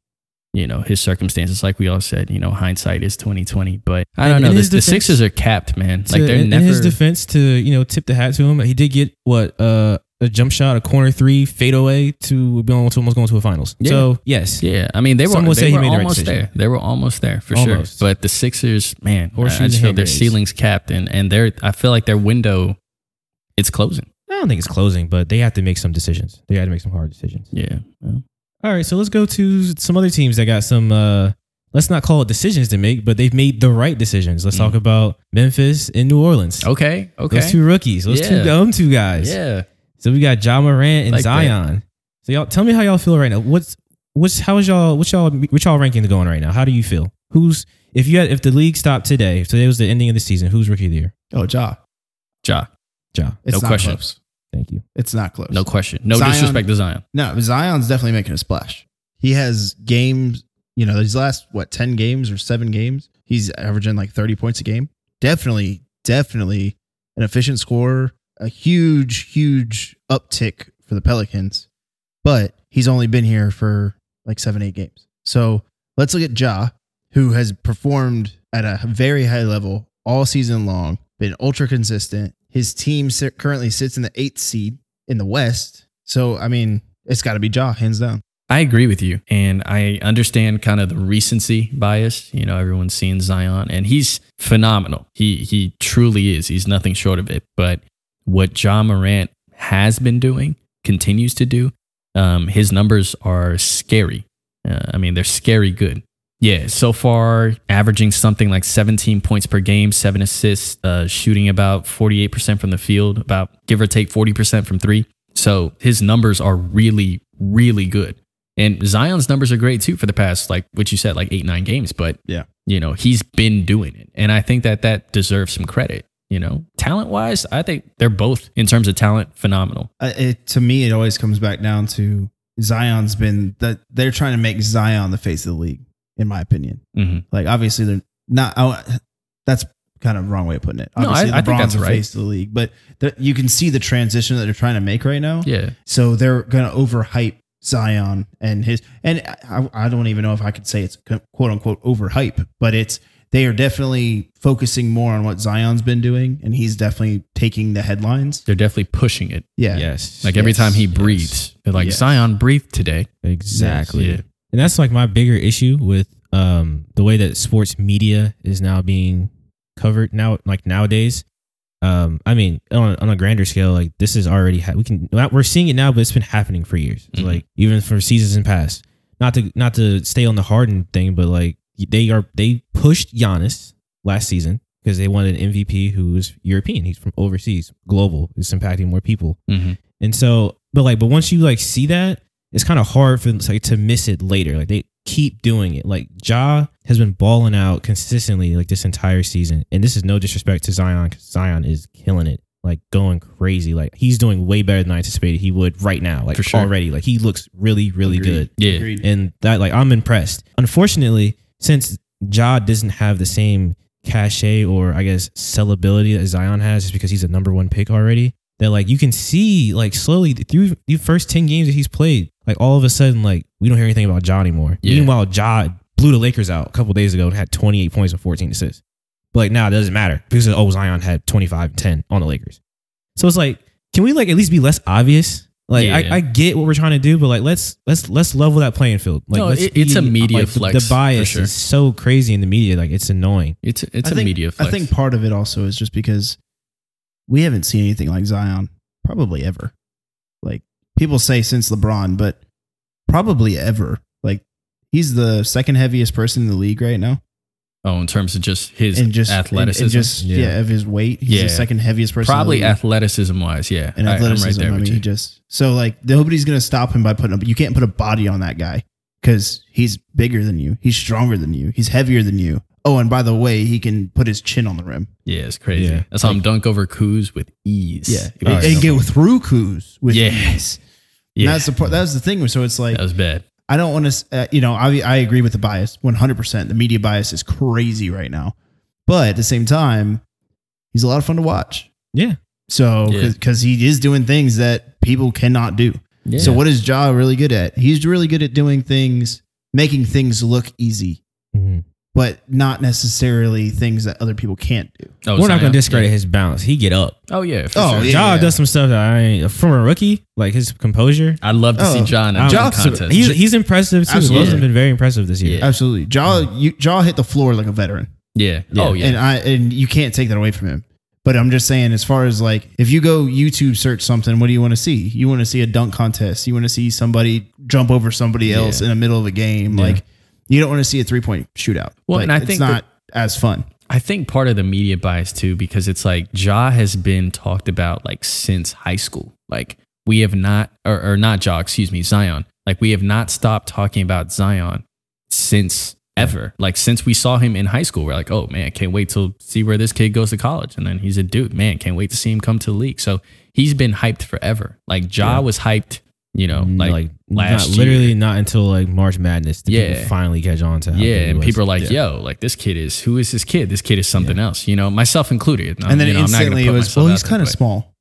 [SPEAKER 2] you know his circumstances. Like we all said, you know, hindsight is 2020. But I
[SPEAKER 3] And-
[SPEAKER 2] don't know.
[SPEAKER 3] and
[SPEAKER 2] The,
[SPEAKER 3] his
[SPEAKER 2] the
[SPEAKER 3] defense-
[SPEAKER 2] Sixers are capped, man. Like
[SPEAKER 3] To-
[SPEAKER 2] they're
[SPEAKER 3] in, in
[SPEAKER 2] never.
[SPEAKER 3] his defense to you know tip the hat to him. He did get what uh, a jump shot, a corner three, fadeaway to be on to almost going to a finals.
[SPEAKER 2] Yeah.
[SPEAKER 3] So yes,
[SPEAKER 2] yeah, I mean they were,
[SPEAKER 3] Some would
[SPEAKER 2] they
[SPEAKER 3] say he
[SPEAKER 2] were
[SPEAKER 3] made the right
[SPEAKER 2] almost
[SPEAKER 3] decision.
[SPEAKER 2] there. They were almost there for
[SPEAKER 3] Almost.
[SPEAKER 2] sure. But the Sixers, man, I, I
[SPEAKER 3] Horseshoes
[SPEAKER 2] just
[SPEAKER 3] and
[SPEAKER 2] feel their
[SPEAKER 3] hand grenades.
[SPEAKER 2] ceiling's capped, and and their I feel like their window, it's closing.
[SPEAKER 3] I don't think it's closing, but they have to make some decisions. They have to make some hard decisions.
[SPEAKER 2] Yeah, Well,
[SPEAKER 3] All right, so let's go to some other teams that got some. Uh, let's not call it decisions to make, but they've made the right decisions. Let's
[SPEAKER 2] Mm.
[SPEAKER 3] talk about Memphis and New Orleans.
[SPEAKER 2] okay, okay,
[SPEAKER 3] Those two rookies, those two
[SPEAKER 2] Yeah.
[SPEAKER 3] dumb two guys.
[SPEAKER 2] yeah.
[SPEAKER 3] So we got John Morant and
[SPEAKER 2] Like that.
[SPEAKER 3] Zion. So y'all, tell me how y'all feel right now. What's what's how is y'all what's y'all what's y'all ranking going right now? How do you feel? Who's if you had if the league stopped today, if today was the ending of the season, who's rookie of the year?
[SPEAKER 1] Oh, Ja.
[SPEAKER 2] Ja,
[SPEAKER 3] Ja.
[SPEAKER 1] It's
[SPEAKER 2] No
[SPEAKER 1] not
[SPEAKER 2] question.
[SPEAKER 1] Close.
[SPEAKER 3] Thank you.
[SPEAKER 1] It's not close.
[SPEAKER 2] no question, no
[SPEAKER 1] Zion-
[SPEAKER 2] disrespect to Zion.
[SPEAKER 1] No, but Zion's definitely making a splash. He has games, you know, these last what ten games or seven games, he's averaging like thirty points a game. Definitely, definitely an efficient scorer, a huge, huge uptick for the Pelicans. But he's only been here for like seven, eight games. So let's look at Ja, who has performed at a very high level all season long, been ultra consistent. His team si- currently sits in the eighth seed in the West. So, I mean, it's got to be Ja, hands down.
[SPEAKER 2] I agree with you. And I understand kind of the recency bias. You know, everyone's seen Zion and he's phenomenal. He he truly is. He's nothing short of it. But what John Morant has been doing, continues to do, um, his numbers are scary. Uh, I mean, they're scary good. Yeah, so far averaging something like 17 points per game, seven assists, uh, shooting about 48% from the field, about give or take 40% from three. So his numbers are really, really good. And Zion's numbers are great too for the past, like what you said, like eight, nine games. But
[SPEAKER 1] Yeah.
[SPEAKER 2] you know, he's been doing it. And I think that that deserves some credit. You know, talent wise, I think they're both, in terms of talent, phenomenal.
[SPEAKER 1] I- it, to me, it always comes back down to Zion's been that they're trying to make Zion the face of the league, in my opinion.
[SPEAKER 2] Mhm.
[SPEAKER 1] Like, obviously, they're not. I, that's kind of the wrong way of putting it.
[SPEAKER 2] No, I-
[SPEAKER 1] Obviously,
[SPEAKER 2] I think
[SPEAKER 1] LeBron's
[SPEAKER 2] that's
[SPEAKER 1] the
[SPEAKER 2] right.
[SPEAKER 1] face of the league, but the, you can see the transition that they're trying to make right now.
[SPEAKER 2] Yeah.
[SPEAKER 1] So they're going to overhype Zion and his. And I, I don't even know if I could say it's quote unquote overhype, but it's they are definitely focusing more on what Zion's been doing, and he's definitely taking the headlines.
[SPEAKER 2] They're definitely pushing it.
[SPEAKER 1] Yeah.
[SPEAKER 3] Yes.
[SPEAKER 2] Like every
[SPEAKER 1] Yes,
[SPEAKER 2] time he
[SPEAKER 3] yes.
[SPEAKER 2] breathes, they're like,
[SPEAKER 1] Yes.
[SPEAKER 2] Zion breathed today.
[SPEAKER 3] Exactly.
[SPEAKER 2] Yeah.
[SPEAKER 3] And that's like my bigger issue with um, the way that sports media is now being covered now, like nowadays. Um, I mean, on, on a grander scale, like this is already ha- we can we're seeing it now, but it's been happening for years.
[SPEAKER 2] Mhm.
[SPEAKER 3] Like even for seasons in past. Not to not to stay on the Harden thing, but like they are they pushed Giannis last season because they wanted an MVP who was European. He's from overseas, global. It's impacting more people.
[SPEAKER 1] Mm-hmm.
[SPEAKER 2] Mhm.
[SPEAKER 3] And so, but like, but once you like see that, it's kind of hard for like to miss it later. Like they keep doing it. Like Ja has been balling out consistently like this entire season, and this is no disrespect to Zion because Zion is killing it, like going crazy. Like he's doing way better than I anticipated he would right now. Like
[SPEAKER 2] For sure.
[SPEAKER 3] already, like he looks really, really
[SPEAKER 1] Agreed.
[SPEAKER 3] good
[SPEAKER 2] Yeah.
[SPEAKER 1] Agreed.
[SPEAKER 3] and that like I'm impressed. Unfortunately, since Ja doesn't have the same cachet or I guess sellability that Zion has, just because he's a number one pick already, that like you can see like slowly through the first ten games that he's played, like all of a sudden like we don't hear anything about Ja anymore.
[SPEAKER 2] Yeah.
[SPEAKER 3] Meanwhile, Ja blew the Lakers out a couple days ago and had 28 points and 14 assists. But like now it doesn't matter because oh Zion had 25 and 10 on the Lakers. So it's like, can we like at least be less obvious? Like
[SPEAKER 2] Yeah.
[SPEAKER 3] I, I get what we're trying to do, but like let's let's let's level that playing field. Like
[SPEAKER 2] No,
[SPEAKER 3] let's
[SPEAKER 2] it- it's a media
[SPEAKER 3] the-
[SPEAKER 2] flex,
[SPEAKER 3] The, bias
[SPEAKER 2] for sure.
[SPEAKER 3] is so crazy in the media, like it's annoying.
[SPEAKER 2] It's it's
[SPEAKER 1] I
[SPEAKER 2] a
[SPEAKER 1] think-
[SPEAKER 2] media flex.
[SPEAKER 1] I think part of it also is just because we haven't seen anything like Zion probably ever. Like people say since LeBron, but probably ever. Like he's the second heaviest person in the league right now,
[SPEAKER 2] oh, in terms of just his
[SPEAKER 1] and just
[SPEAKER 2] athleticism.
[SPEAKER 1] and, and just yeah.
[SPEAKER 3] Yeah.
[SPEAKER 1] of his weight, he's
[SPEAKER 2] Yeah.
[SPEAKER 1] the second heaviest person. in the
[SPEAKER 2] probably
[SPEAKER 1] league.
[SPEAKER 2] athleticism wise, yeah.
[SPEAKER 1] and
[SPEAKER 2] I- I'm
[SPEAKER 1] athleticism. I,
[SPEAKER 2] with
[SPEAKER 1] mean,
[SPEAKER 2] you.
[SPEAKER 1] he just so like nobody's gonna stop him by putting up. You can't put a body on that guy because he's bigger than you. He's stronger than you. He's heavier than you. Oh, and by the way, he can put his chin on the rim.
[SPEAKER 2] yeah, it's crazy.
[SPEAKER 3] Yeah.
[SPEAKER 2] I saw him dunk over Kuz with ease.
[SPEAKER 1] Yeah,
[SPEAKER 2] It was-
[SPEAKER 1] and go through coups with
[SPEAKER 2] Oh, Yeah.
[SPEAKER 1] ease. And
[SPEAKER 2] yeah,
[SPEAKER 1] that's the part. That's the thing. So it's like
[SPEAKER 2] that was bad.
[SPEAKER 1] I don't want to. Uh, you know, I I agree with the bias one hundred percent. The media bias is crazy right now, but at the same time, he's a lot of fun to watch.
[SPEAKER 3] Yeah.
[SPEAKER 1] So
[SPEAKER 2] Yeah.
[SPEAKER 1] because he is doing things that people cannot do.
[SPEAKER 2] Yeah.
[SPEAKER 1] So what is Ja really good at? He's really good at doing things, making things look easy,
[SPEAKER 3] Mm-hmm.
[SPEAKER 1] but not necessarily things that other people can't do.
[SPEAKER 2] Oh,
[SPEAKER 3] We're not
[SPEAKER 2] Zion?
[SPEAKER 3] gonna discredit his balance. He get up.
[SPEAKER 2] Yeah. Oh yeah. For
[SPEAKER 1] Oh,
[SPEAKER 2] sure.
[SPEAKER 1] yeah.
[SPEAKER 3] Ja does some stuff that I ain't from a rookie, like his composure.
[SPEAKER 2] I'd love to
[SPEAKER 1] Oh.
[SPEAKER 2] see John in
[SPEAKER 3] I
[SPEAKER 2] a
[SPEAKER 3] don't
[SPEAKER 2] dunk
[SPEAKER 3] know.
[SPEAKER 2] contest.
[SPEAKER 3] He's, he's impressive too.
[SPEAKER 1] Absolutely.
[SPEAKER 3] Wilson been very impressive this year.
[SPEAKER 2] Yeah.
[SPEAKER 1] Absolutely, Jaw you, Jaw hit the floor like a veteran.
[SPEAKER 2] yeah. Oh yeah.
[SPEAKER 1] and I and you can't take that away from him. But I'm just saying, as far as like, if you go YouTube search something, what do you want to see? You want to see a dunk contest. You want to see somebody jump over somebody else
[SPEAKER 2] Yeah.
[SPEAKER 1] in the middle of a game. Like, you don't want to see a three point shootout.
[SPEAKER 2] Well,
[SPEAKER 1] Like,
[SPEAKER 2] and I
[SPEAKER 1] it's
[SPEAKER 2] think
[SPEAKER 1] not as fun.
[SPEAKER 2] I think part of the media bias too, because it's like Ja has been talked about like since high school. Like we have not, or, or not Ja, excuse me, Zion. Like we have not stopped talking about Zion since ever. Like since we saw him in high school, we're like, oh man, can't wait to see where this kid goes to college. And then he's a dude, man, can't wait to see him come to the league. So he's been hyped forever. Like Ja
[SPEAKER 3] Yeah.
[SPEAKER 2] was hyped, you know, Mm, like, last
[SPEAKER 3] not,
[SPEAKER 2] year.
[SPEAKER 3] literally not until like March Madness did
[SPEAKER 2] Yeah.
[SPEAKER 3] people finally catch on to. How
[SPEAKER 2] yeah,
[SPEAKER 3] good he
[SPEAKER 2] and
[SPEAKER 3] was.
[SPEAKER 2] people are like, "Yo, like this kid is who is this kid? This kid is something else," you know, myself included.
[SPEAKER 1] and then
[SPEAKER 2] Um, you know, I'm not gonna
[SPEAKER 1] instantly it
[SPEAKER 2] put
[SPEAKER 1] was,
[SPEAKER 2] myself
[SPEAKER 1] well,
[SPEAKER 2] out
[SPEAKER 1] he's
[SPEAKER 2] there,
[SPEAKER 1] kind of
[SPEAKER 2] but-
[SPEAKER 1] small.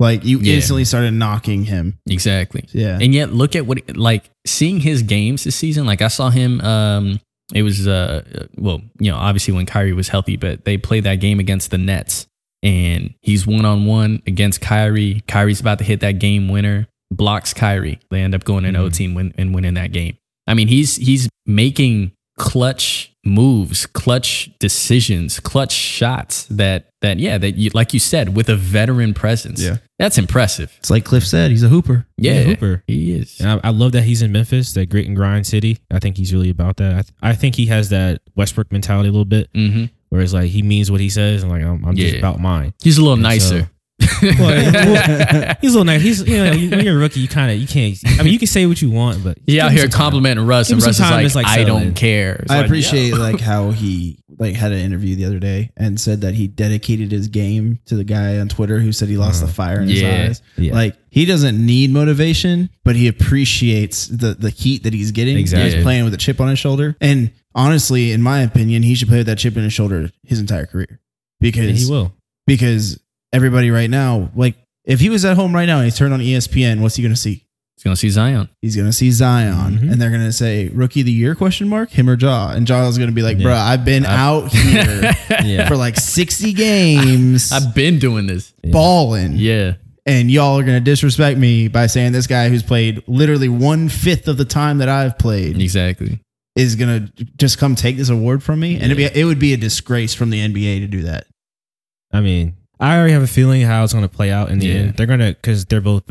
[SPEAKER 1] Like you
[SPEAKER 2] Yeah.
[SPEAKER 1] instantly started knocking him.
[SPEAKER 2] Exactly.
[SPEAKER 1] Yeah.
[SPEAKER 2] And yet, look at what like seeing his games this season. Like I saw him. Um, it was uh, well, you know, obviously when Kyrie was healthy, but they played that game against the Nets, and he's one on one against Kyrie. Kyrie's about to hit that game winner. Blocks Kyrie. They end up going in
[SPEAKER 3] Mhm.
[SPEAKER 1] Mm-hmm.
[SPEAKER 2] OT and win and winning that game. I mean, he's he's making clutch moves, clutch decisions, clutch shots that that yeah that you like you said with a veteran presence.
[SPEAKER 1] Yeah.
[SPEAKER 2] that's impressive.
[SPEAKER 1] It's like Cliff said, he's a hooper.
[SPEAKER 2] Yeah,
[SPEAKER 3] Hooper.
[SPEAKER 2] he is.
[SPEAKER 3] And I, I love that he's in Memphis, that grit and grind city. I think he's really about that. I, th- I think he has that Westbrook mentality a little bit,
[SPEAKER 2] Mm-hmm.
[SPEAKER 3] where it's like he means what he says, and like I'm, I'm just
[SPEAKER 2] Yeah.
[SPEAKER 3] about mine.
[SPEAKER 2] He's a little
[SPEAKER 3] And
[SPEAKER 2] nicer.
[SPEAKER 3] Well, He's a little nice. He's you know you- when you're a rookie, you kind of you can't. I mean, you can say what you want, but
[SPEAKER 2] yeah, out
[SPEAKER 3] give him
[SPEAKER 2] here
[SPEAKER 3] some time.
[SPEAKER 2] complimenting Russ,
[SPEAKER 3] Give
[SPEAKER 2] and
[SPEAKER 3] him
[SPEAKER 2] Russ is
[SPEAKER 3] some time,
[SPEAKER 2] like,
[SPEAKER 3] it's like
[SPEAKER 2] I
[SPEAKER 3] settling.
[SPEAKER 2] don't care. It's
[SPEAKER 1] I
[SPEAKER 2] like,
[SPEAKER 1] appreciate
[SPEAKER 2] yo.
[SPEAKER 1] like how he like had an interview the other day and said that he dedicated his game to the guy on Twitter who said he lost the fire in
[SPEAKER 2] Uh-huh. Yeah.
[SPEAKER 1] his eyes.
[SPEAKER 3] Yeah.
[SPEAKER 1] Like he doesn't need motivation, but he appreciates the the heat that he's getting.
[SPEAKER 3] Exactly.
[SPEAKER 1] He's playing with a chip on his shoulder. And honestly, in my opinion, he should play with that chip on his shoulder his entire career.
[SPEAKER 3] And
[SPEAKER 1] Because
[SPEAKER 3] he will.
[SPEAKER 1] because everybody right now, like if he was at home right now and he turned on E ESPN, what's he gonna see?
[SPEAKER 2] He's gonna see Zion.
[SPEAKER 1] he's gonna see Zion,
[SPEAKER 2] Mm-hmm.
[SPEAKER 3] Mhm.
[SPEAKER 1] and they're gonna say rookie of the year question mark him or Jaw, and Jaw's gonna be like,
[SPEAKER 3] Yeah.
[SPEAKER 1] "Bruh, I've been out here
[SPEAKER 3] Yeah.
[SPEAKER 1] for like sixty games,
[SPEAKER 2] I've been doing this.
[SPEAKER 1] balling,
[SPEAKER 2] Yeah,
[SPEAKER 1] and y'all are gonna disrespect me by saying this guy who's played literally one fifth of the time that I've played
[SPEAKER 2] exactly.
[SPEAKER 1] is gonna just come take this award from me, and it'd be it would be a disgrace from the NBA to do that.
[SPEAKER 3] I mean, I already have a feeling how it's going to play out in the
[SPEAKER 2] Yeah.
[SPEAKER 3] end. They're going to because they're both.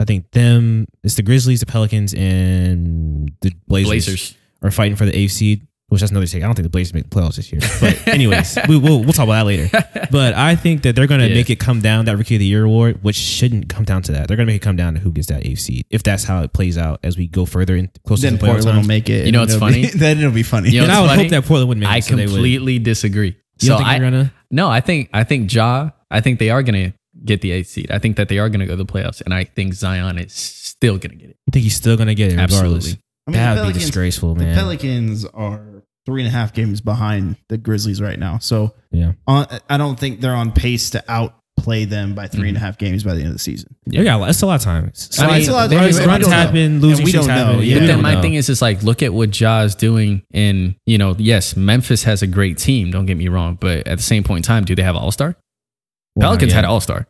[SPEAKER 3] I think them. It's the Grizzlies, the Pelicans, and the Blazers,
[SPEAKER 2] Blazers.
[SPEAKER 3] are fighting for the eighth seed. Which that's another take. I don't think the Blazers make the playoffs this year. But anyways, we, we'll we'll talk about that later. But I think that they're going to
[SPEAKER 2] Yeah.
[SPEAKER 3] make it come down that Rookie of the Year award, which shouldn't come down to that. They're going to make it come down to who gets that eighth seed if that's how it plays out as we go further and closer to
[SPEAKER 1] Then
[SPEAKER 3] the playoffs.
[SPEAKER 1] Portland will
[SPEAKER 3] And
[SPEAKER 1] make it.
[SPEAKER 2] You know
[SPEAKER 1] and
[SPEAKER 2] what's
[SPEAKER 1] it'll be-
[SPEAKER 2] funny?
[SPEAKER 1] then it'll be funny.
[SPEAKER 2] You know
[SPEAKER 3] I would
[SPEAKER 2] what's funny?
[SPEAKER 3] hope that Portland would make.
[SPEAKER 2] I
[SPEAKER 3] it so they would.
[SPEAKER 2] completely disagree.
[SPEAKER 3] You
[SPEAKER 2] so
[SPEAKER 3] don't think
[SPEAKER 2] I
[SPEAKER 3] they're gonna?
[SPEAKER 2] no, I think I think Ja. I think they are gonna get the eighth seed. I think that they are gonna go to the playoffs, and I think Zion is still gonna get it.
[SPEAKER 3] You think he's still going to get it regardless?
[SPEAKER 2] Absolutely.
[SPEAKER 1] I mean,
[SPEAKER 3] That
[SPEAKER 1] the
[SPEAKER 3] would be
[SPEAKER 1] Pelicans-
[SPEAKER 3] disgraceful,
[SPEAKER 1] The
[SPEAKER 3] man.
[SPEAKER 1] Pelicans are three and a half games behind the Grizzlies right now. So
[SPEAKER 3] Yeah.
[SPEAKER 1] on, I don't think they're on pace to outplay them by three and a half games by the end of the season.
[SPEAKER 3] Yeah, we got a lot. It's a lot of time. It's
[SPEAKER 2] I mean, it's a lot of time.
[SPEAKER 3] Runs,
[SPEAKER 2] We don't
[SPEAKER 3] runs
[SPEAKER 2] know.
[SPEAKER 3] happen, losing
[SPEAKER 1] And we
[SPEAKER 3] streaks
[SPEAKER 1] don't know.
[SPEAKER 3] happen.
[SPEAKER 1] Yeah.
[SPEAKER 3] we
[SPEAKER 2] but then
[SPEAKER 3] don't
[SPEAKER 2] my
[SPEAKER 3] know.
[SPEAKER 2] thing is, it's like look at what Ja is doing, and you know, yes, Memphis has a great team. Don't get me wrong, but at the same point in time, do they have an all star?
[SPEAKER 3] Well,
[SPEAKER 2] Pelicans
[SPEAKER 3] yeah.
[SPEAKER 2] had an all star.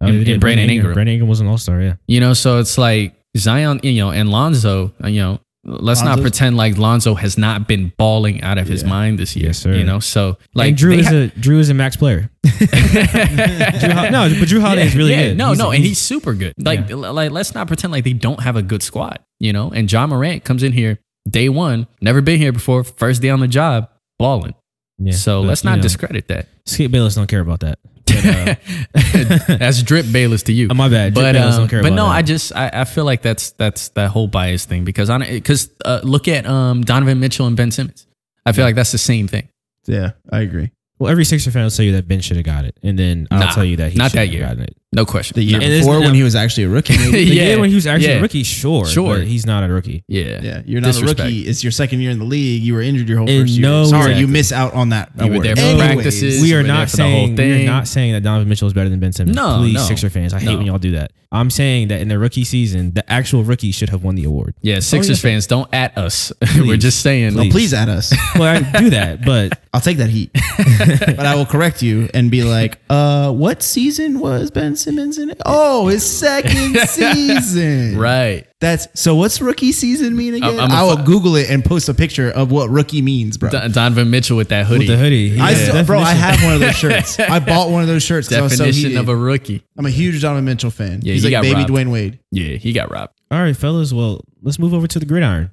[SPEAKER 3] Oh,
[SPEAKER 2] and-
[SPEAKER 3] yeah,
[SPEAKER 2] and Brandon Ingram.
[SPEAKER 3] Brandon Ingram was an all star. Yeah.
[SPEAKER 2] You know, so it's like Zion, you know, and Lonzo, uh, you know, let's not
[SPEAKER 1] Lonzo's-
[SPEAKER 2] pretend like Lonzo has not been balling out of his
[SPEAKER 1] Yeah.
[SPEAKER 2] mind this year.
[SPEAKER 3] Yes, sir.
[SPEAKER 2] You know, so
[SPEAKER 3] Like
[SPEAKER 2] like
[SPEAKER 3] and Drew
[SPEAKER 2] they
[SPEAKER 3] is
[SPEAKER 2] ha-
[SPEAKER 3] a Drew is a max player. Drew Hol- no, but Drew Holiday
[SPEAKER 2] Yeah,
[SPEAKER 3] is really
[SPEAKER 2] yeah,
[SPEAKER 3] good.
[SPEAKER 2] No,
[SPEAKER 3] He's-
[SPEAKER 2] no, and he's super good. Like, l- like, let's not pretend like they don't have a good squad, you know. And John Morant comes in here day one, never been here before, first day on the job, balling.
[SPEAKER 3] Yeah,
[SPEAKER 2] so
[SPEAKER 3] but,
[SPEAKER 2] let's
[SPEAKER 3] you
[SPEAKER 2] not
[SPEAKER 3] know, Uh,
[SPEAKER 2] discredit that.
[SPEAKER 3] Skip Bayless don't care about that.
[SPEAKER 2] That's drip Bayless to you.
[SPEAKER 3] Uh, my bad. Drip
[SPEAKER 2] But,
[SPEAKER 3] Bayless
[SPEAKER 2] um,
[SPEAKER 3] don't care
[SPEAKER 2] but
[SPEAKER 3] about
[SPEAKER 2] no,
[SPEAKER 3] that.
[SPEAKER 2] I just I, I feel like that's that's that whole bias thing because I because uh, look at um Donovan Mitchell and Ben Simmons. I feel like that's the same thing.
[SPEAKER 1] yeah, I agree.
[SPEAKER 3] Well, every Sixer fan will tell you that Ben should have got it, and then I'll
[SPEAKER 2] Nah,
[SPEAKER 3] tell you that he
[SPEAKER 2] not
[SPEAKER 3] should
[SPEAKER 2] that
[SPEAKER 3] have
[SPEAKER 2] year.
[SPEAKER 3] gotten it.
[SPEAKER 2] No question.
[SPEAKER 1] The year
[SPEAKER 2] No.
[SPEAKER 3] And it's-
[SPEAKER 1] before when
[SPEAKER 3] no.
[SPEAKER 1] he was actually a rookie. maybe.
[SPEAKER 3] The
[SPEAKER 2] Yeah,
[SPEAKER 3] year when he was actually
[SPEAKER 2] yeah.
[SPEAKER 3] a rookie, sure,
[SPEAKER 2] Sure.
[SPEAKER 3] but he's not a rookie.
[SPEAKER 2] yeah.
[SPEAKER 1] yeah, you're not
[SPEAKER 2] Disrespect.
[SPEAKER 1] a rookie. It's your second year in the league. You were injured your whole
[SPEAKER 3] And
[SPEAKER 1] first year.
[SPEAKER 3] no-
[SPEAKER 1] Sorry,
[SPEAKER 3] Exactly.
[SPEAKER 1] you miss out on that.
[SPEAKER 2] You were
[SPEAKER 1] award.
[SPEAKER 2] there for
[SPEAKER 1] Anyways,
[SPEAKER 2] practices.
[SPEAKER 3] We
[SPEAKER 2] We're
[SPEAKER 3] are
[SPEAKER 2] there
[SPEAKER 3] not
[SPEAKER 2] for the whole
[SPEAKER 3] saying we are
[SPEAKER 2] thing.
[SPEAKER 3] not saying that Donovan Mitchell is better than Ben Simmons.
[SPEAKER 2] No,
[SPEAKER 3] please,
[SPEAKER 2] no.
[SPEAKER 3] Sixer fans, I hate
[SPEAKER 2] No.
[SPEAKER 3] when y'all do that. I'm saying that in their rookie season, the actual rookie should have won the award.
[SPEAKER 2] Yeah, Sixers fans, don't at us. We're
[SPEAKER 3] Please.
[SPEAKER 2] just saying.
[SPEAKER 1] No, please at us.
[SPEAKER 3] Well, I do that, but
[SPEAKER 1] I'll take that heat, but I will correct you and be like, "Uh, what season was Ben Simmons in it? Oh, his second season,
[SPEAKER 2] Right.
[SPEAKER 1] That's so. What's rookie season mean again?
[SPEAKER 2] I'm a
[SPEAKER 1] I will
[SPEAKER 2] fu-
[SPEAKER 1] Google it and post a picture of what rookie means, bro.
[SPEAKER 2] Don- Donovan Mitchell with that hoodie.
[SPEAKER 3] with the hoodie,
[SPEAKER 1] I
[SPEAKER 3] yeah.
[SPEAKER 1] still, bro, I
[SPEAKER 3] Definition.
[SPEAKER 1] have one of those shirts. I bought one of those shirts. 'cause I was so
[SPEAKER 2] Definition
[SPEAKER 1] heated.
[SPEAKER 2] of a rookie.
[SPEAKER 1] I'm a huge Donovan Mitchell fan.
[SPEAKER 2] Yeah,
[SPEAKER 1] He's
[SPEAKER 2] you
[SPEAKER 1] like
[SPEAKER 2] got
[SPEAKER 1] baby
[SPEAKER 2] robbed.
[SPEAKER 1] Dwayne Wade.
[SPEAKER 2] Yeah, he got robbed.
[SPEAKER 3] All right, fellas. Well, let's move over to the gridiron.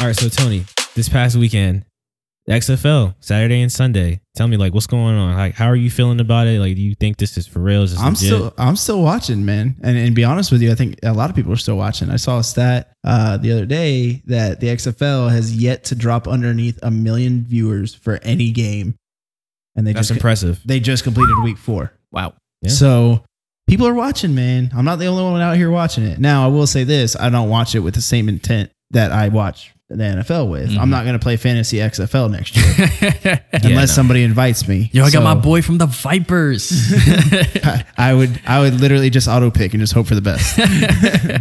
[SPEAKER 3] All right, so Tony, this past weekend, XFL Saturday and Sunday. Tell me, like, what's going on? Like, how are you feeling about it? Like, do you think this is for real? Is this
[SPEAKER 1] I'm
[SPEAKER 3] legit?
[SPEAKER 1] still, I'm still watching, man. And and be honest with you, I think a lot of people are still watching. I saw a stat uh, the other day that the XFL has yet to drop underneath a million viewers for any game, and they
[SPEAKER 3] That's
[SPEAKER 1] just
[SPEAKER 3] impressive.
[SPEAKER 1] they just completed week four.
[SPEAKER 2] Wow.
[SPEAKER 3] Yeah.
[SPEAKER 1] So people are watching, man. I'm not the only one out here watching it. Now, I will say this I don't watch it with the same intent that I watch the NFL with.
[SPEAKER 2] Mhm.
[SPEAKER 1] I'm not going to play fantasy XFL next year unless
[SPEAKER 3] no.
[SPEAKER 1] somebody invites me.
[SPEAKER 2] Yo, I got my
[SPEAKER 1] So, Mm-hmm.
[SPEAKER 2] boy from the Vipers.
[SPEAKER 1] I, I would I would literally just auto pick and just hope for the best.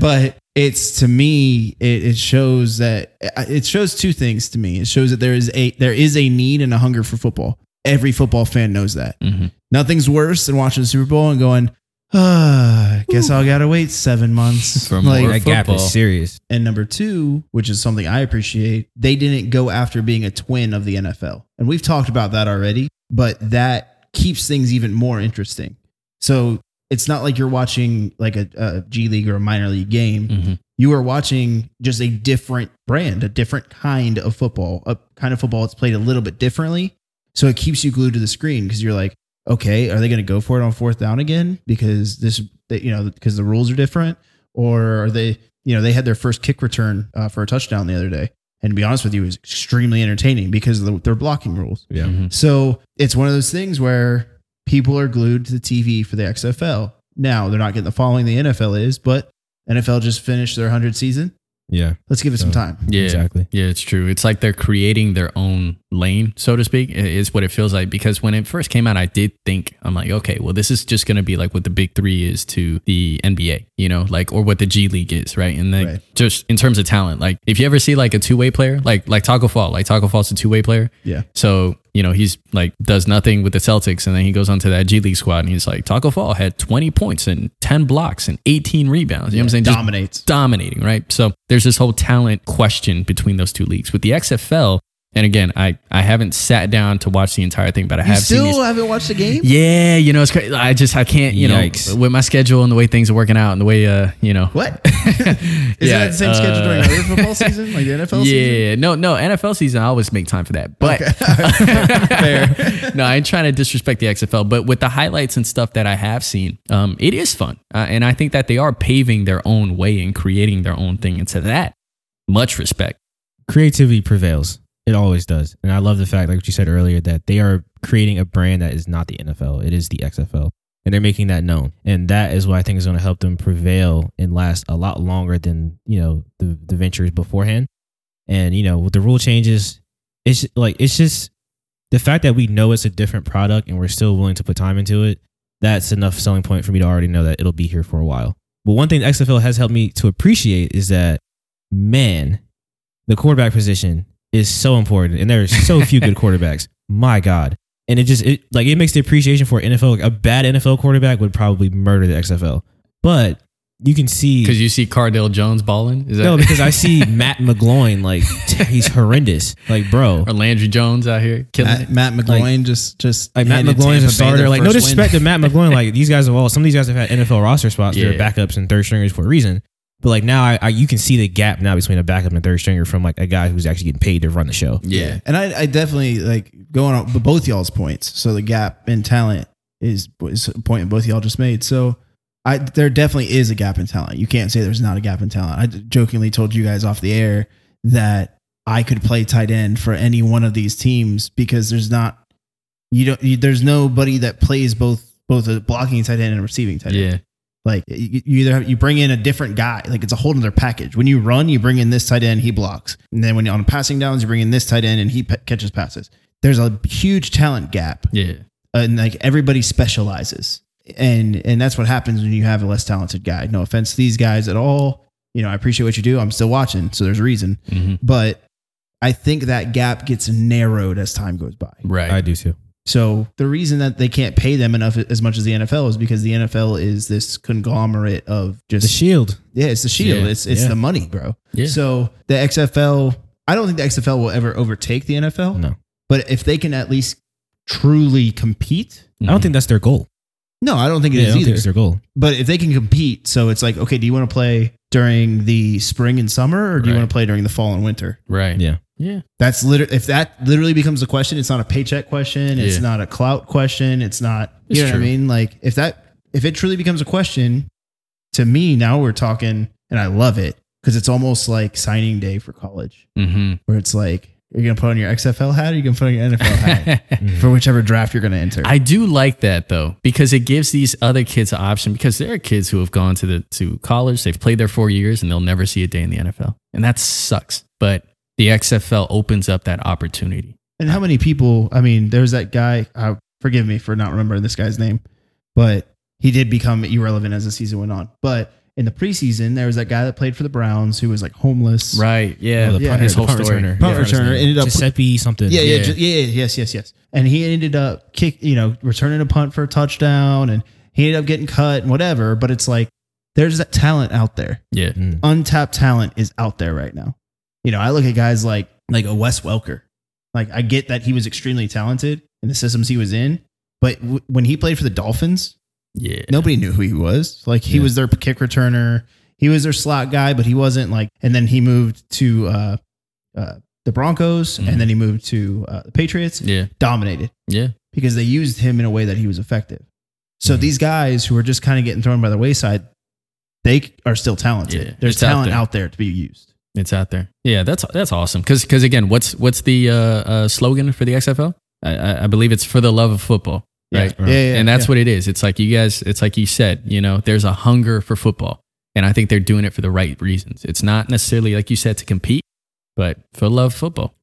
[SPEAKER 1] but it's to me it, it shows that it shows two things to me. It shows that there is a there is a need and a hunger for football. Every football fan knows that.
[SPEAKER 2] Mhm.
[SPEAKER 1] Nothing's worse than watching the Super Bowl and going, ah, guess I'll gotta wait seven months.
[SPEAKER 2] For
[SPEAKER 1] like,
[SPEAKER 2] more
[SPEAKER 3] that gap
[SPEAKER 2] football.
[SPEAKER 3] is serious.
[SPEAKER 1] and number two, which is something I appreciate, they didn't go after being a twin of the NFL. And we've talked about that already, but that keeps things even more interesting. So it's not like you're watching like a, a G League or a minor league game.
[SPEAKER 2] Mhm.
[SPEAKER 1] You are watching just a different brand, a different kind of football, a kind of football that's played a little bit differently. So it keeps you glued to the screen because you're like, okay, are they going to go for it on fourth down again? Because this, that, you know, because the rules are different, or are they, you know, they had their first kick return uh, for a touchdown the other day, and to be honest with you, it was extremely entertaining because of the, their blocking rules.
[SPEAKER 3] Yeah.
[SPEAKER 2] Mhm.
[SPEAKER 1] So it's one of those things where people are glued to the TV for the XFL. Now they're not getting the following the NFL is, but NFL just finished their 100 season.
[SPEAKER 3] Yeah.
[SPEAKER 1] Let's give it some
[SPEAKER 3] So-
[SPEAKER 1] time.
[SPEAKER 2] Yeah.
[SPEAKER 3] Exactly.
[SPEAKER 2] Yeah, it's true. It's like they're creating their own lane, so to speak, i- is what it feels like. Because when it first came out, I did think, I'm like, okay, well, this is just going to be like what the big three is to the NBA, you know, like, or what the G League is, right? And then
[SPEAKER 1] Right.
[SPEAKER 2] just in terms of talent, like, if you ever see like a two way player, like, like Taco Fall, like Taco Fall's a two way player.
[SPEAKER 1] Yeah.
[SPEAKER 2] So, you know, he's like, does nothing with the Celtics. And then he goes onto that G League squad and he's like, Taco Fall had 20 points and 10 blocks and 18 rebounds. You know what I'm saying? Just
[SPEAKER 1] Dominates.
[SPEAKER 2] dominating, right? So there's this whole talent question between those two leagues. With the XFL, and again, I, I haven't sat down to watch the entire thing, but I
[SPEAKER 1] You
[SPEAKER 2] have
[SPEAKER 1] still uh,
[SPEAKER 2] seen these.
[SPEAKER 1] haven't watched the game?
[SPEAKER 2] Yeah, you know, it's crazy. I just I can't, you
[SPEAKER 3] Yikes.
[SPEAKER 2] know, with my schedule and the way things are working out and the way uh, you know,
[SPEAKER 1] What? Isn't
[SPEAKER 2] Yeah,
[SPEAKER 1] that the same schedule during
[SPEAKER 2] uh,
[SPEAKER 1] regular football season, like the NFL season?
[SPEAKER 2] yeah, no, no, NFL season, I always make time for that. But
[SPEAKER 1] Fair.
[SPEAKER 2] no, I ain't trying to disrespect the XFL, but with the highlights and stuff that I have seen, um, it is fun, uh, and I think that they are paving their own way and creating their own thing. And to that, much respect.
[SPEAKER 3] Creativity prevails. It always does. And I love the fact, like what you said earlier, that they are creating a brand that is not the NFL. It is the XFL. And they're making that known. And that is what I think is going to help them prevail and last a lot longer than, you know, the, the ventures beforehand. And, you know, with the rule changes, it's like, it's just the fact that we know it's a different product and we're still willing to put time into it. That's enough selling point for me to already know that it'll be here for a while. But one thing the XFL has helped me to appreciate is that, man, the quarterback position is so important, and there are so few good quarterbacks. My God, and it just it like it makes the appreciation for NFL. Like a bad NFL quarterback would probably murder the XFL, but you can see
[SPEAKER 2] Because you see Cardell Jones balling? Is that
[SPEAKER 3] no, because I see Matt McGloin like he's horrendous, like bro.
[SPEAKER 2] or Landry Jones out here killing
[SPEAKER 1] Matt,
[SPEAKER 2] it?
[SPEAKER 1] Matt McGloin just just
[SPEAKER 3] Like Matt
[SPEAKER 1] handed
[SPEAKER 3] McGloin
[SPEAKER 1] Tampa
[SPEAKER 3] is
[SPEAKER 1] Bay
[SPEAKER 3] a starter.
[SPEAKER 1] their
[SPEAKER 3] Like no
[SPEAKER 1] first win.
[SPEAKER 3] disrespect to Matt McGloin. Like these guys have all some of these guys have had NFL roster spots.
[SPEAKER 2] Yeah.
[SPEAKER 3] They're backups and third stringers for a reason. But like now, I, I you can see the gap now between a backup and third stringer from like a guy who's actually getting paid to run the show.
[SPEAKER 2] Yeah.
[SPEAKER 1] And I, I definitely like going on but both y'all's points. So the gap in talent is, is a point both y'all just made. So I there definitely is a gap in talent. You can't say there's not a gap in talent. I jokingly told you guys off the air that I could play tight end for any one of these teams because there's not you don't you, there's nobody that plays both both a blocking tight end and a receiving tight end.
[SPEAKER 2] Yeah.
[SPEAKER 1] Like you you either have, you bring in a different guy, like it's a whole other package. When you run, you bring in this tight end, he blocks, and then when you're on passing downs, you bring in this tight end and he pa- catches passes. There's a huge talent gap, uh,
[SPEAKER 2] Yeah.
[SPEAKER 1] and like everybody specializes, and and that's what happens when you have a less talented guy. No offense to these guys at all. You know, I appreciate what you do. I'm still watching, so there's a reason,
[SPEAKER 2] hmm
[SPEAKER 1] but I think that gap gets narrowed as time goes by.
[SPEAKER 2] Right.
[SPEAKER 3] I do too.
[SPEAKER 1] So the reason that they can't pay them enough as much as the NFL is because the NFL is this conglomerate of
[SPEAKER 3] The
[SPEAKER 1] just
[SPEAKER 3] Shield.
[SPEAKER 1] yeah, it's the shield.
[SPEAKER 2] Yeah,
[SPEAKER 1] it's it's
[SPEAKER 3] yeah.
[SPEAKER 1] the money, bro.
[SPEAKER 2] Yeah.
[SPEAKER 1] So the XFL, I don't think the XFL will ever overtake the NFL.
[SPEAKER 3] No.
[SPEAKER 1] But if they can at least truly compete,
[SPEAKER 3] I don't think that's their goal.
[SPEAKER 1] no, I don't think it
[SPEAKER 3] Yeah, I
[SPEAKER 1] is
[SPEAKER 3] don't think it's
[SPEAKER 1] either.
[SPEAKER 3] their goal.
[SPEAKER 1] But if they can compete, so it's like, okay, do you want to play during the spring and summer, or do you
[SPEAKER 2] Right.
[SPEAKER 1] want to play during the fall and winter?
[SPEAKER 2] Right.
[SPEAKER 3] Yeah.
[SPEAKER 2] Yeah.
[SPEAKER 1] That's literally if that literally becomes a question, it's not a paycheck question, it's
[SPEAKER 2] Yeah.
[SPEAKER 1] not a clout question, it's not you
[SPEAKER 2] It's
[SPEAKER 1] know what
[SPEAKER 2] true.
[SPEAKER 1] I mean? Like if that if it truly becomes a question, to me now we're talking and I love it because it's almost like signing day for college
[SPEAKER 2] hmm
[SPEAKER 1] where it's like you're gonna put on your XFL hat or you're gonna put on your NFL hat for whichever draft you're gonna enter.
[SPEAKER 2] I do like that though, because it gives these other kids an option because there are kids who have gone to the to college, they've played their four years and they'll never see a day in the NFL. And that sucks. But the XFL opens up that opportunity.
[SPEAKER 1] And how many people? I mean, there was that guy. Uh, forgive me for not remembering this guy's name, but he did become irrelevant as the season went on. But in the preseason, there was that guy that played for the Browns who was like homeless,
[SPEAKER 2] Right. Yeah.
[SPEAKER 3] Oh, the
[SPEAKER 1] Yeah.
[SPEAKER 3] punter,
[SPEAKER 2] His
[SPEAKER 3] the
[SPEAKER 2] whole
[SPEAKER 3] punter
[SPEAKER 2] story.
[SPEAKER 3] turner.
[SPEAKER 1] Punt
[SPEAKER 3] Yeah.
[SPEAKER 1] returner ended up-
[SPEAKER 3] Giuseppe something.
[SPEAKER 1] Yeah, yeah,
[SPEAKER 2] Yeah.
[SPEAKER 1] ju- yeah, yeah, yes, yes, yes. And he ended up kick, you know, returning a punt for a touchdown, and he ended up getting cut and whatever. But it's like there's that talent out there.
[SPEAKER 2] Yeah.
[SPEAKER 3] Mm.
[SPEAKER 1] Untapped talent is out there right now. You know, I look at guys like like a Wes Welker. Like I get that he was extremely talented in the systems he was in, but w- when he played for the Dolphins,
[SPEAKER 2] Yeah.
[SPEAKER 1] nobody knew who he was. Like he
[SPEAKER 3] Yeah.
[SPEAKER 1] was their kick returner, he was their slot guy, but he wasn't like. And then he moved to uh, uh, the Broncos,
[SPEAKER 2] Mhm.
[SPEAKER 1] and then he moved to uh, the Patriots.
[SPEAKER 2] Yeah.
[SPEAKER 1] Dominated
[SPEAKER 2] Yeah.
[SPEAKER 1] because they used him in a way that he was effective.
[SPEAKER 2] Mm-hmm.
[SPEAKER 1] So
[SPEAKER 3] Mhm.
[SPEAKER 1] these guys who are just kind of getting thrown by the wayside, they c- are still talented.
[SPEAKER 2] Yeah,
[SPEAKER 1] There's
[SPEAKER 2] it's out
[SPEAKER 1] talent
[SPEAKER 2] there.
[SPEAKER 1] out there to be used.
[SPEAKER 2] It's out there. Yeah, that's that's awesome. Because again, what's what's the uh, uh, slogan for the XFL? I- I, I believe it's for the love of football, right?
[SPEAKER 1] Yeah, yeah, yeah,
[SPEAKER 2] and that's
[SPEAKER 1] yeah.
[SPEAKER 2] what it is. It's like you guys. It's like you said. You know, there's a hunger for football, and I think they're doing it for the right reasons. It's not necessarily like you said to compete, but for love of football.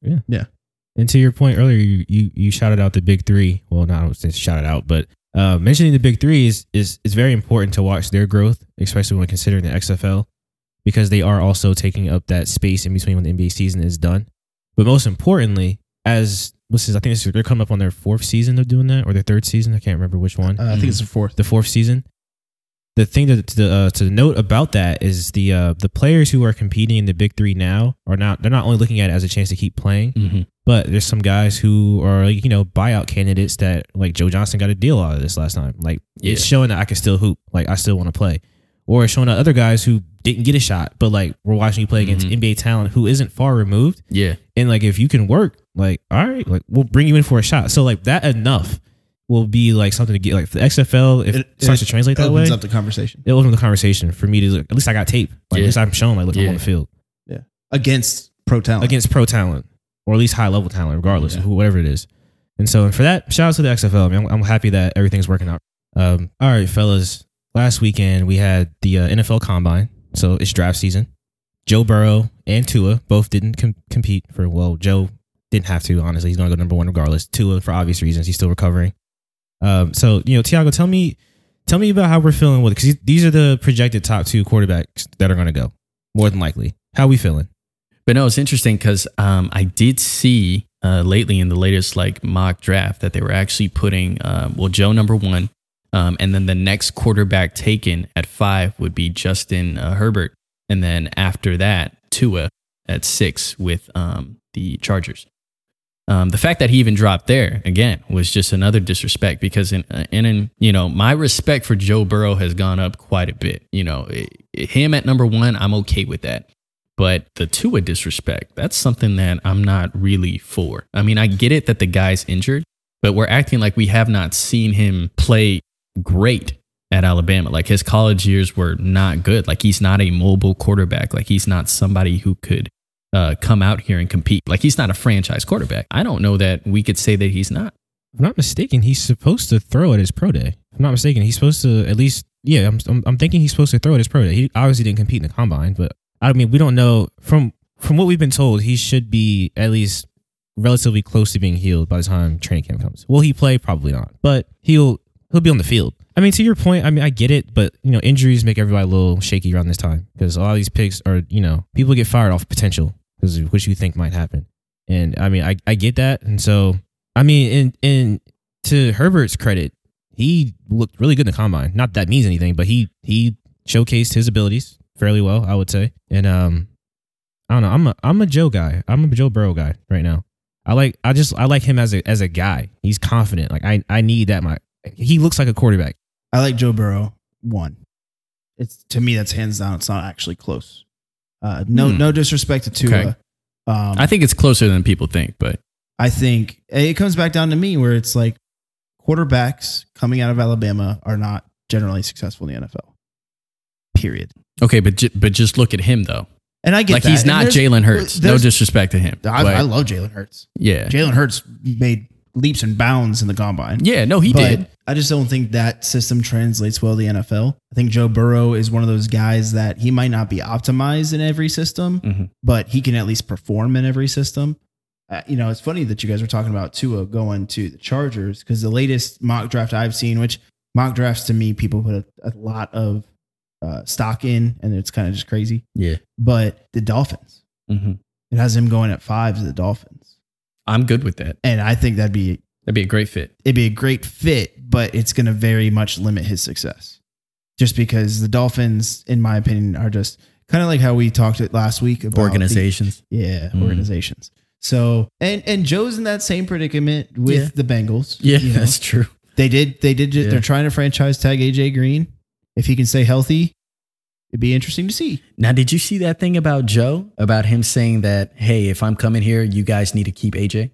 [SPEAKER 3] And to your point earlier, you, you you shouted out the big three. Well, not I don't say shout it out, but uh, mentioning the big three is, is is very important to watch their growth, especially when considering the XFL, because they are also taking up that space in between when the NBA season is done. But most importantly, as what's this? I think this is, they're coming up on their fourth season of doing that, or their third season. I can't remember which one.
[SPEAKER 1] Uh, I think
[SPEAKER 2] Mhm.
[SPEAKER 1] it's the fourth.
[SPEAKER 3] the fourth season. The thing that to the uh, to note about that is the uh, the players who are competing in the big three now are not they're not only looking at it as a chance to keep playing,
[SPEAKER 2] Mm-hmm.
[SPEAKER 3] but there's some guys who are like, you know buyout candidates that like Joe Johnson got a deal out of this last time. Like
[SPEAKER 2] Yeah.
[SPEAKER 3] it's showing that I can still hoop. Like I still want to play, or it's showing that other guys who didn't get a shot, but like we're watching you play against
[SPEAKER 2] Mhm.
[SPEAKER 3] NBA talent who isn't far removed.
[SPEAKER 2] Yeah,
[SPEAKER 3] And like if you can work, like all right, like we'll bring you in for a shot. So like that enough will be like something to get like the XFL if
[SPEAKER 1] It-
[SPEAKER 3] it, starts
[SPEAKER 1] it
[SPEAKER 3] to translate that way.
[SPEAKER 1] opens up the conversation
[SPEAKER 3] it opened the conversation for me to look, at least I got tape. Like
[SPEAKER 2] Yeah.
[SPEAKER 3] at least I'm shown like look
[SPEAKER 2] Yeah.
[SPEAKER 3] I'm on the field
[SPEAKER 1] against pro talent.
[SPEAKER 3] against pro talent or at least high level talent, regardless
[SPEAKER 1] Yeah.
[SPEAKER 3] of who, whatever it is. And so, and for that, shout out to the XFL. I mean, I'm, I'm happy that everything's working out. Um, all right, fellas. Last weekend we had the uh, NFL Combine, so it's draft season. Joe Burrow and Tua both didn't com- compete for. Well, Joe didn't have to. Honestly, he's going to go number one regardless. Tua, for obvious reasons, he's still recovering. Um, so you know, Tiago, tell me, tell me about how we're feeling with because these are the projected top two quarterbacks that are going to go more than likely. How we feeling?
[SPEAKER 2] but no, it's interesting because um, I did see uh, lately in the latest like mock draft that they were actually putting um, well Joe number one, um, and then the next quarterback taken at five would be Justin uh, Herbert, and then after that Tua at six with um, the Chargers. Um, the fact that he even dropped there again was just another disrespect because in, uh, in, in you know my respect for Joe Burrow has gone up quite a bit. You know it- it- him at number one, I'm okay with that. But the Tua disrespect, that's something that I'm not really for. I mean, I get it that the guy's injured, but we're acting like we have not seen him play great at Alabama. Like his college years were not good. Like he's not a mobile quarterback. Like he's not somebody who could uh, come out here and compete. Like he's not a franchise quarterback. I don't know that we could say that he's not.
[SPEAKER 3] If I'm not mistaken, he's supposed to throw at his pro day. If I'm not mistaken, he's supposed to at least, yeah, I'm, I'm, I'm thinking he's supposed to throw at his pro day. He obviously didn't compete in the combine, but I mean, we don't know from from what we've been told, he should be at least relatively close to being healed by the time training camp comes. Will he play? Probably not, but he'll he'll be on the field. I mean, to your point, I mean, I get it, but you know, injuries make everybody a little shaky around this time because a lot of these picks are, you know, people get fired off potential because of what you think might happen, and I mean, I, I get that, and so I mean, and and to Herbert's credit, he looked really good in the combine. Not that means anything, but he he showcased his abilities fairly well, I would say. And um, I don't know. I'm a I'm a Joe guy. I'm a Joe Burrow guy right now. I like I just I like him as a as a guy. He's confident. Like I I need that. My he looks like a quarterback.
[SPEAKER 1] I like Joe Burrow one. It's to me that's hands down. It's not actually close. Uh, no,
[SPEAKER 2] Hmm.
[SPEAKER 1] no disrespect to Tua.
[SPEAKER 2] Okay.
[SPEAKER 1] Um,
[SPEAKER 2] I think it's closer than people think, but
[SPEAKER 1] I think it comes back down to me where it's like quarterbacks coming out of Alabama are not generally successful in the NFL. Period.
[SPEAKER 2] okay, but ju- but just look at him though.
[SPEAKER 1] And I get
[SPEAKER 2] Like
[SPEAKER 1] that.
[SPEAKER 2] he's
[SPEAKER 1] And
[SPEAKER 2] not
[SPEAKER 1] there's-
[SPEAKER 2] Jalen Hurts. No
[SPEAKER 1] there's-
[SPEAKER 2] disrespect to him.
[SPEAKER 1] I, I
[SPEAKER 2] but
[SPEAKER 1] love Jalen Hurts.
[SPEAKER 2] yeah.
[SPEAKER 1] Jalen Hurts made leaps and bounds in the combine.
[SPEAKER 2] Yeah, no, he
[SPEAKER 1] but
[SPEAKER 2] did.
[SPEAKER 1] I just don't think that system translates well to the NFL. I think Joe Burrow is one of those guys that he might not be optimized in every system,
[SPEAKER 2] Mhm.
[SPEAKER 1] but he can at least perform in every system. Uh, you know, it's funny that you guys were talking about Tua going to the Chargers because the latest mock draft I've seen, which mock drafts to me, people put a, a lot of uh, stock in, and it's kind of just crazy.
[SPEAKER 2] Yeah.
[SPEAKER 1] But the Dolphins,
[SPEAKER 2] hmm
[SPEAKER 1] it has him going at five to the Dolphins,
[SPEAKER 2] I'm good with that.
[SPEAKER 1] and I think that'd be
[SPEAKER 2] That'd be a great fit.
[SPEAKER 1] it'd be a great fit, but it's going to very much limit his success. Just because the Dolphins, in my opinion, are just kind of like how we talked it last week about the-
[SPEAKER 2] Organizations.
[SPEAKER 1] yeah,
[SPEAKER 2] Mm.
[SPEAKER 1] organizations. So and and Joe's in that same predicament with
[SPEAKER 2] Yeah.
[SPEAKER 1] the Bengals.
[SPEAKER 2] yeah,
[SPEAKER 1] you know.
[SPEAKER 2] that's true.
[SPEAKER 1] they did they did
[SPEAKER 2] Yeah.
[SPEAKER 1] they're trying to franchise tag AJ Green. If he can stay healthy, it'd be interesting to see.
[SPEAKER 2] Now, did you see that thing about Joe about him saying that, hey, if I'm coming here, you guys need to keep AJ?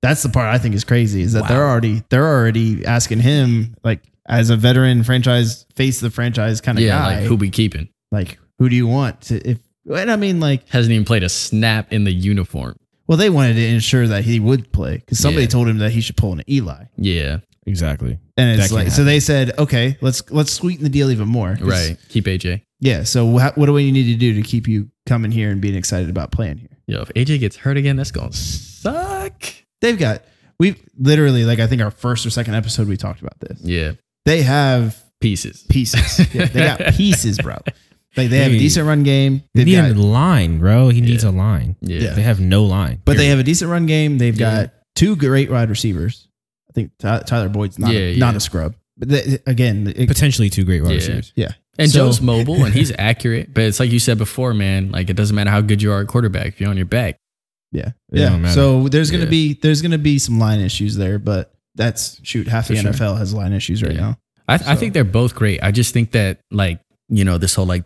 [SPEAKER 1] That's the part I think is crazy is that
[SPEAKER 2] Wow.
[SPEAKER 1] they're already they're already asking him like as a veteran franchise face of the franchise kind of
[SPEAKER 2] yeah,
[SPEAKER 1] guy.
[SPEAKER 2] like who we keeping?
[SPEAKER 1] like who do you want to if and i mean like
[SPEAKER 2] Hasn't even played a snap in the uniform.
[SPEAKER 1] well they wanted to ensure that he would play because somebody
[SPEAKER 2] Yeah.
[SPEAKER 1] told him that he should pull an eli
[SPEAKER 2] Yeah,
[SPEAKER 3] Exactly.
[SPEAKER 1] and
[SPEAKER 3] That
[SPEAKER 1] it's
[SPEAKER 3] can
[SPEAKER 1] like so
[SPEAKER 3] happen.
[SPEAKER 1] they said okay let's let's sweeten the deal even more 'Cause-
[SPEAKER 2] right. Keep AJ.
[SPEAKER 1] yeah so wha- what do we need to do to keep you coming here and being excited about playing here
[SPEAKER 2] Yo, if AJ gets hurt again, that's going to suck.
[SPEAKER 1] they've got we've literally like i think our first or second episode we talked about this
[SPEAKER 2] Yeah,
[SPEAKER 1] they have
[SPEAKER 2] pieces.
[SPEAKER 1] pieces yeah, they got pieces bro like they have a
[SPEAKER 3] Hey.
[SPEAKER 1] decent run game
[SPEAKER 3] They
[SPEAKER 1] they've
[SPEAKER 3] need
[SPEAKER 1] got,
[SPEAKER 3] a line, bro. He needs a line.
[SPEAKER 2] Yeah.
[SPEAKER 1] Yeah.
[SPEAKER 3] They have no line.
[SPEAKER 1] but they have a decent run game they've
[SPEAKER 2] Yeah.
[SPEAKER 1] got two great wide receivers i think Ty- tyler boyd's not,
[SPEAKER 2] Yeah,
[SPEAKER 1] a, not
[SPEAKER 2] yeah.
[SPEAKER 1] a scrub but they, again it,
[SPEAKER 3] potentially two great wide
[SPEAKER 2] Yeah.
[SPEAKER 3] receivers.
[SPEAKER 1] Yeah.
[SPEAKER 2] And
[SPEAKER 1] So-
[SPEAKER 2] Joe's mobile and he's accurate, but it's like you said before, man. Like it doesn't matter how good you are at quarterback if you're on your back.
[SPEAKER 1] Yeah.
[SPEAKER 3] It don't
[SPEAKER 1] Yeah.
[SPEAKER 3] matter.
[SPEAKER 1] So there's gonna
[SPEAKER 2] Yeah.
[SPEAKER 1] be there's gonna be some line issues there, but that's shoot, half
[SPEAKER 2] For
[SPEAKER 1] the
[SPEAKER 2] sure.
[SPEAKER 1] NFL has line issues right
[SPEAKER 2] Yeah.
[SPEAKER 1] now.
[SPEAKER 2] I, I
[SPEAKER 1] So-
[SPEAKER 2] think they're both great. I just think that like you know this whole like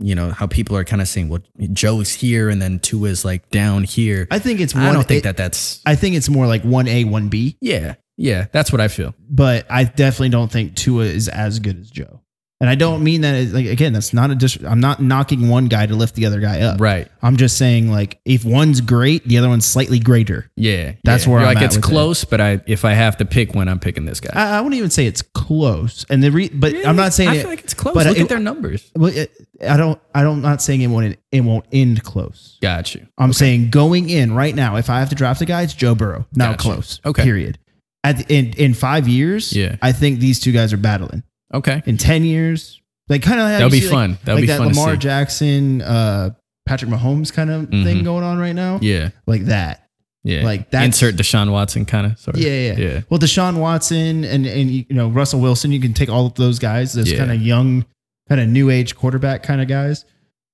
[SPEAKER 2] you know how people are kind of saying well Joe's here and then two is like down here. I,
[SPEAKER 1] I think it's one
[SPEAKER 2] don't think
[SPEAKER 1] it-
[SPEAKER 2] that that's
[SPEAKER 1] I think it's more like one A, one B,
[SPEAKER 2] yeah yeah that's what I feel.
[SPEAKER 1] but I definitely don't think Tua is as good as Joe. And I don't mean that as, like again, that's not a dis- I'm not knocking one guy to lift the other guy up.
[SPEAKER 2] Right.
[SPEAKER 1] I'm just saying like if one's great, the other one's slightly greater.
[SPEAKER 2] Yeah.
[SPEAKER 1] That's
[SPEAKER 2] yeah.
[SPEAKER 1] where
[SPEAKER 2] You're
[SPEAKER 1] I'm
[SPEAKER 2] like
[SPEAKER 1] at
[SPEAKER 2] it's
[SPEAKER 1] with it.
[SPEAKER 2] close, but I if I have to pick one, I'm picking this guy.
[SPEAKER 1] I, I wouldn't even say it's close. And the re- but I'm not saying
[SPEAKER 2] I
[SPEAKER 1] it,
[SPEAKER 2] feel like it's close.
[SPEAKER 1] but
[SPEAKER 2] Look
[SPEAKER 1] it-
[SPEAKER 2] at their numbers.
[SPEAKER 1] well, it- I don't I don't not saying it won't it won't end close.
[SPEAKER 2] Got you.
[SPEAKER 1] I'm saying going in right now, if I have to draft a guy, it's Joe Burrow. Not
[SPEAKER 2] Gotcha.
[SPEAKER 1] close.
[SPEAKER 2] Okay.
[SPEAKER 1] Period. At the, in in five years,
[SPEAKER 2] Yeah.
[SPEAKER 1] I think these two guys are battling.
[SPEAKER 2] Okay.
[SPEAKER 1] In ten years, like kind of
[SPEAKER 2] That'll be fun. That'll
[SPEAKER 1] like
[SPEAKER 2] be
[SPEAKER 1] that
[SPEAKER 2] fun.
[SPEAKER 1] Lamar
[SPEAKER 2] to see.
[SPEAKER 1] Jackson, uh, Patrick Mahomes kind of thing
[SPEAKER 2] Mhm.
[SPEAKER 1] going on right now.
[SPEAKER 2] Yeah.
[SPEAKER 1] Like that.
[SPEAKER 2] Yeah.
[SPEAKER 1] Like that's
[SPEAKER 2] insert Deshaun Watson kind of sort of.
[SPEAKER 1] Yeah, yeah,
[SPEAKER 2] Yeah.
[SPEAKER 1] Well, Deshaun Watson and and you know Russell Wilson, you can take all of those guys, those
[SPEAKER 2] Yeah.
[SPEAKER 1] kind of young, kind of new age quarterback kind of guys,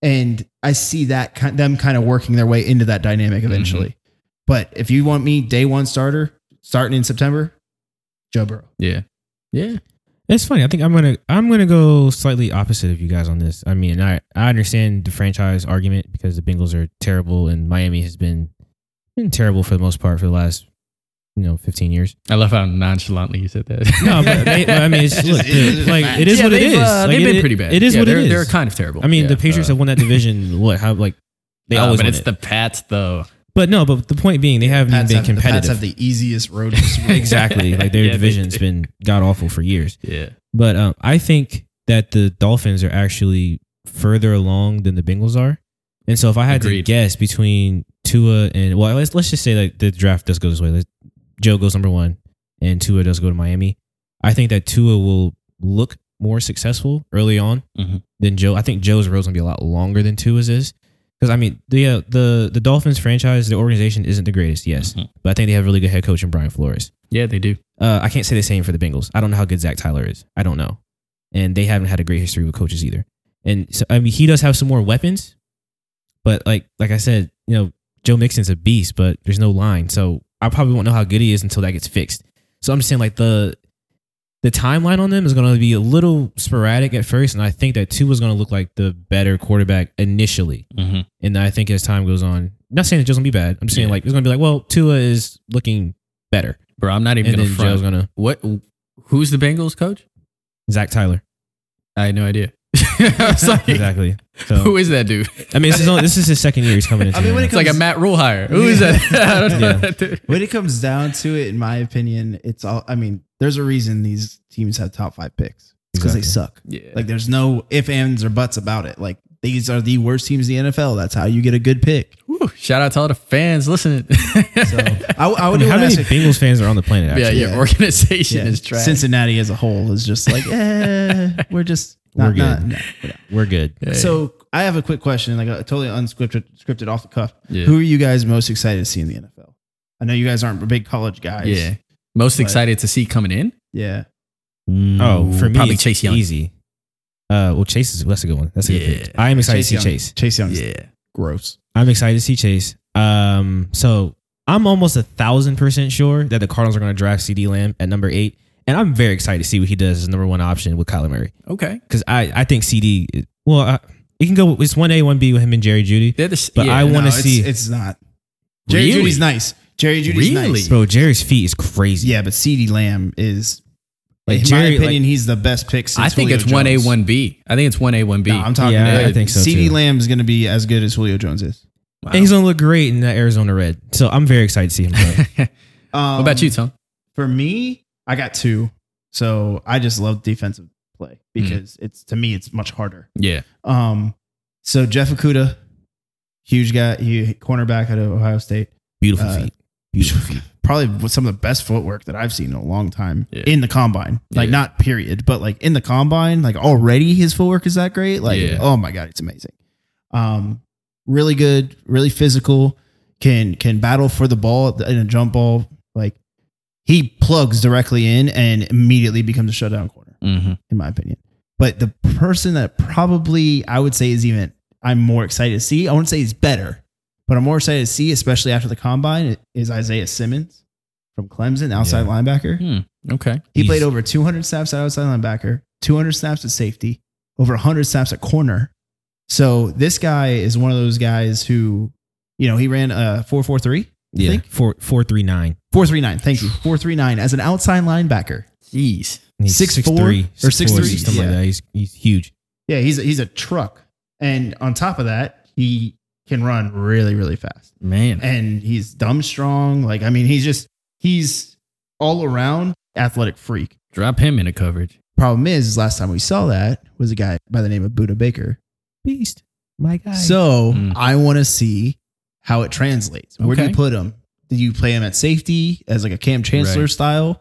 [SPEAKER 1] and I see that ki- them kind of working their way into that
[SPEAKER 3] Mm-hmm.
[SPEAKER 1] dynamic eventually. But if you want me day one starter starting in September, Joe Burrow.
[SPEAKER 2] Yeah. Yeah.
[SPEAKER 3] It's funny. I think I'm gonna I'm gonna go slightly opposite of you guys on this. I mean, I I understand the franchise argument because the Bengals are terrible and Miami has been been terrible for the most part for the last you know 15 years.
[SPEAKER 2] I love how nonchalantly you said that.
[SPEAKER 3] No, but they, but I mean, it's,
[SPEAKER 1] It's
[SPEAKER 3] look,
[SPEAKER 1] just- it's just
[SPEAKER 3] like
[SPEAKER 1] facts.
[SPEAKER 3] it is
[SPEAKER 2] Yeah,
[SPEAKER 3] what it
[SPEAKER 2] they've,
[SPEAKER 3] is.
[SPEAKER 2] uh,
[SPEAKER 3] Like,
[SPEAKER 2] they've
[SPEAKER 3] it-
[SPEAKER 2] been
[SPEAKER 3] it-
[SPEAKER 2] pretty bad.
[SPEAKER 3] It is
[SPEAKER 2] Yeah,
[SPEAKER 3] what
[SPEAKER 2] they're,
[SPEAKER 3] it is.
[SPEAKER 2] They're kind of terrible.
[SPEAKER 3] I mean,
[SPEAKER 2] Yeah,
[SPEAKER 3] the Patriots
[SPEAKER 2] uh,
[SPEAKER 3] have won that division. What? How? Like they
[SPEAKER 2] uh,
[SPEAKER 3] always.
[SPEAKER 2] but
[SPEAKER 3] win
[SPEAKER 2] it's
[SPEAKER 3] it.
[SPEAKER 2] the Pats though.
[SPEAKER 3] But no, but the point being, they haven't
[SPEAKER 1] Pats
[SPEAKER 3] been
[SPEAKER 1] have, the Pats
[SPEAKER 3] competitive.
[SPEAKER 1] have the easiest road. to the Super Bowl.
[SPEAKER 3] exactly. Like their
[SPEAKER 2] Yeah, they
[SPEAKER 3] division's
[SPEAKER 2] do.
[SPEAKER 3] been god awful for years.
[SPEAKER 2] Yeah.
[SPEAKER 3] But um, I think that the Dolphins are actually further along than the Bengals are. And so if I had to
[SPEAKER 2] Agreed.
[SPEAKER 3] guess between Tua and well, let's let's just say that the draft does go this way. Let's, Joe goes number one, and Tua does go to Miami. I think that Tua will look more successful early on
[SPEAKER 2] Mhm.
[SPEAKER 3] than Joe. I think Joe's road's gonna be a lot longer than Tua's is. Because I mean the uh, the the Dolphins franchise, the organization isn't the greatest, yes,
[SPEAKER 2] Mhm.
[SPEAKER 3] but I think they have a really good head coach in Brian Flores.
[SPEAKER 2] Yeah, they do.
[SPEAKER 3] Uh, I can't say the same for the Bengals. I don't know how good Zach Tyler is. I don't know, and they haven't had a great history with coaches either. And so I mean, he does have some more weapons, but like like I said, you know, Joe Mixon's a beast, but there's no line, so I probably won't know how good he is until that gets fixed. So I'm just saying, like the the timeline on them is going to be a little sporadic at first, and I think that two was going to look like the better quarterback initially.
[SPEAKER 2] Mm-hmm.
[SPEAKER 3] And I think as time goes on, not saying that Joe's gonna be bad. I'm just saying
[SPEAKER 2] Yeah.
[SPEAKER 3] like it's gonna be like, well, Tua is looking better,
[SPEAKER 2] Bro, I'm not even
[SPEAKER 3] and
[SPEAKER 2] gonna
[SPEAKER 3] then Joe's
[SPEAKER 2] front.
[SPEAKER 3] gonna
[SPEAKER 2] what? Who's the Bengals coach?
[SPEAKER 3] Zach Tyler.
[SPEAKER 2] I had no idea. I was like,
[SPEAKER 3] exactly. So
[SPEAKER 2] who is that dude?
[SPEAKER 3] I mean, this is only, this is his second year he's coming into.
[SPEAKER 1] I mean, when
[SPEAKER 3] the
[SPEAKER 1] it
[SPEAKER 2] It's like a Matt Rule hire. Who is that? I don't know
[SPEAKER 3] Yeah.
[SPEAKER 2] that dude.
[SPEAKER 1] When it comes down to it, in my opinion, it's all. I mean, there's a reason these teams have top five picks. It's because they
[SPEAKER 3] Exactly.
[SPEAKER 1] suck.
[SPEAKER 2] Yeah.
[SPEAKER 1] Like, there's no if, ands, or buts about it. Like, these are the worst teams in the NFL. That's how you get a good pick.
[SPEAKER 2] Whew, shout out to all the fans listening.
[SPEAKER 1] So I, I
[SPEAKER 3] I
[SPEAKER 1] would
[SPEAKER 3] mean,
[SPEAKER 1] do
[SPEAKER 3] how
[SPEAKER 1] an
[SPEAKER 3] many
[SPEAKER 1] ask-
[SPEAKER 3] Bengals fans are on the planet?
[SPEAKER 2] yeah,
[SPEAKER 3] Actually?
[SPEAKER 2] your
[SPEAKER 1] yeah.
[SPEAKER 2] organization
[SPEAKER 1] yeah,
[SPEAKER 2] is trash.
[SPEAKER 1] Cincinnati as a whole is just like, eh, we're just not,
[SPEAKER 3] We're good.
[SPEAKER 1] not- no, we're not.
[SPEAKER 3] we're good.
[SPEAKER 2] Hey.
[SPEAKER 1] So I have a quick question, like a totally unscripted, scripted off the cuff.
[SPEAKER 2] Yeah.
[SPEAKER 1] Who are you guys most excited to see in the NFL? I know you guys aren't big college guys.
[SPEAKER 2] yeah, most
[SPEAKER 1] But-
[SPEAKER 2] excited to see coming in.
[SPEAKER 1] yeah.
[SPEAKER 3] Oh, for me,
[SPEAKER 2] probably
[SPEAKER 3] it's
[SPEAKER 2] Chase Young.
[SPEAKER 3] Easy. Uh, well, Chase is that's a good one. That's a good
[SPEAKER 2] Yeah.
[SPEAKER 3] pick. I am excited to see
[SPEAKER 1] Young.
[SPEAKER 3] Chase.
[SPEAKER 1] Chase Young.
[SPEAKER 2] Yeah,
[SPEAKER 1] Gross.
[SPEAKER 3] I'm excited to see Chase. Um, so I'm almost a thousand percent sure that the Cardinals are going to draft CD Lamb at number eight, and I'm very excited to see what he does as number one option with Kyler Murray
[SPEAKER 2] okay.
[SPEAKER 3] because I I think CD. is- Well, I, it can go. It's one A, one B with him and Jerry Judy.
[SPEAKER 2] They're the, s-
[SPEAKER 3] But
[SPEAKER 2] yeah,
[SPEAKER 3] I
[SPEAKER 2] no,
[SPEAKER 3] wanna
[SPEAKER 1] it's,
[SPEAKER 3] see-
[SPEAKER 1] It's not. Jerry
[SPEAKER 2] Really?
[SPEAKER 1] Judy's nice. Jerry Judy's
[SPEAKER 2] Really?
[SPEAKER 1] nice.
[SPEAKER 3] Bro, Jerry's feet is crazy.
[SPEAKER 1] Yeah, but Ceedee Lamb is,
[SPEAKER 3] Like,
[SPEAKER 1] in
[SPEAKER 3] Jerry,
[SPEAKER 1] my opinion, he's the best pick since
[SPEAKER 2] I think
[SPEAKER 1] Julio
[SPEAKER 2] it's one A,
[SPEAKER 1] Jones.
[SPEAKER 2] one B. I think it's one A, one B.
[SPEAKER 1] No, I'm talking
[SPEAKER 3] Yeah,
[SPEAKER 1] about
[SPEAKER 2] I
[SPEAKER 3] think so,
[SPEAKER 1] CeeDee
[SPEAKER 3] too.
[SPEAKER 1] Lamb is going to be as good as Julio Jones is.
[SPEAKER 3] and he's gonna look great in that Arizona red. So I'm very excited to see him. play.
[SPEAKER 1] Um,
[SPEAKER 2] what about you, Tom?
[SPEAKER 1] For me, I got two. So I just love defensive
[SPEAKER 2] Mm.
[SPEAKER 1] play because it's to me it's much harder.
[SPEAKER 2] Yeah,
[SPEAKER 1] Um, so Jeff Okuda, huge guy, he, cornerback out of Ohio State,
[SPEAKER 3] Beautiful
[SPEAKER 1] Uh,
[SPEAKER 3] feet. Beautiful feet.
[SPEAKER 1] probably with some of the best footwork that I've seen in a long time
[SPEAKER 2] Yeah.
[SPEAKER 1] in the combine. Like
[SPEAKER 2] Yeah.
[SPEAKER 1] not period, but like in the combine, like already his footwork is that great. Like
[SPEAKER 2] Yeah.
[SPEAKER 1] oh my god, it's amazing. Um, really good, really physical. Can can battle for the ball in a jump ball. Like he plugs directly in and immediately becomes a shutdown corner
[SPEAKER 2] mm-hmm.
[SPEAKER 1] in my opinion. But the person that probably I would say is even I'm more excited to see. I wouldn't say he's better, but I'm more excited to see, especially after the combine, is Isaiah Simmons from Clemson, outside
[SPEAKER 3] Yeah.
[SPEAKER 1] linebacker.
[SPEAKER 2] Hmm. okay.
[SPEAKER 1] He
[SPEAKER 3] He's-
[SPEAKER 1] played over 200 snaps at outside linebacker, 200 snaps at safety, over 100 snaps at corner. So this guy is one of those guys who, you know, he ran a 443,
[SPEAKER 3] Yeah,
[SPEAKER 1] think?
[SPEAKER 3] four four three nine.
[SPEAKER 1] 439, thank you, 439 as an outside linebacker.
[SPEAKER 2] Jeez.
[SPEAKER 3] He's
[SPEAKER 1] Six
[SPEAKER 3] six
[SPEAKER 1] four
[SPEAKER 3] three
[SPEAKER 1] or
[SPEAKER 3] six
[SPEAKER 1] six
[SPEAKER 3] four,
[SPEAKER 1] three,
[SPEAKER 3] something like
[SPEAKER 1] yeah.
[SPEAKER 3] that. He's he's huge.
[SPEAKER 1] Yeah, he's a, he's a truck, and on top of that, he can run really really fast,
[SPEAKER 2] Man.
[SPEAKER 1] and he's dumb strong. Like I mean, he's just he's all around athletic freak.
[SPEAKER 2] Drop him in a coverage.
[SPEAKER 1] Problem is, is last time we saw that was a guy by the name of Buddha Baker.
[SPEAKER 3] Beast, my guy.
[SPEAKER 1] So
[SPEAKER 2] Mm.
[SPEAKER 1] I want to see how it translates. Where do
[SPEAKER 2] Okay.
[SPEAKER 1] you put him? Do you play him at safety as like a Cam Chancellor
[SPEAKER 2] Right.
[SPEAKER 1] style?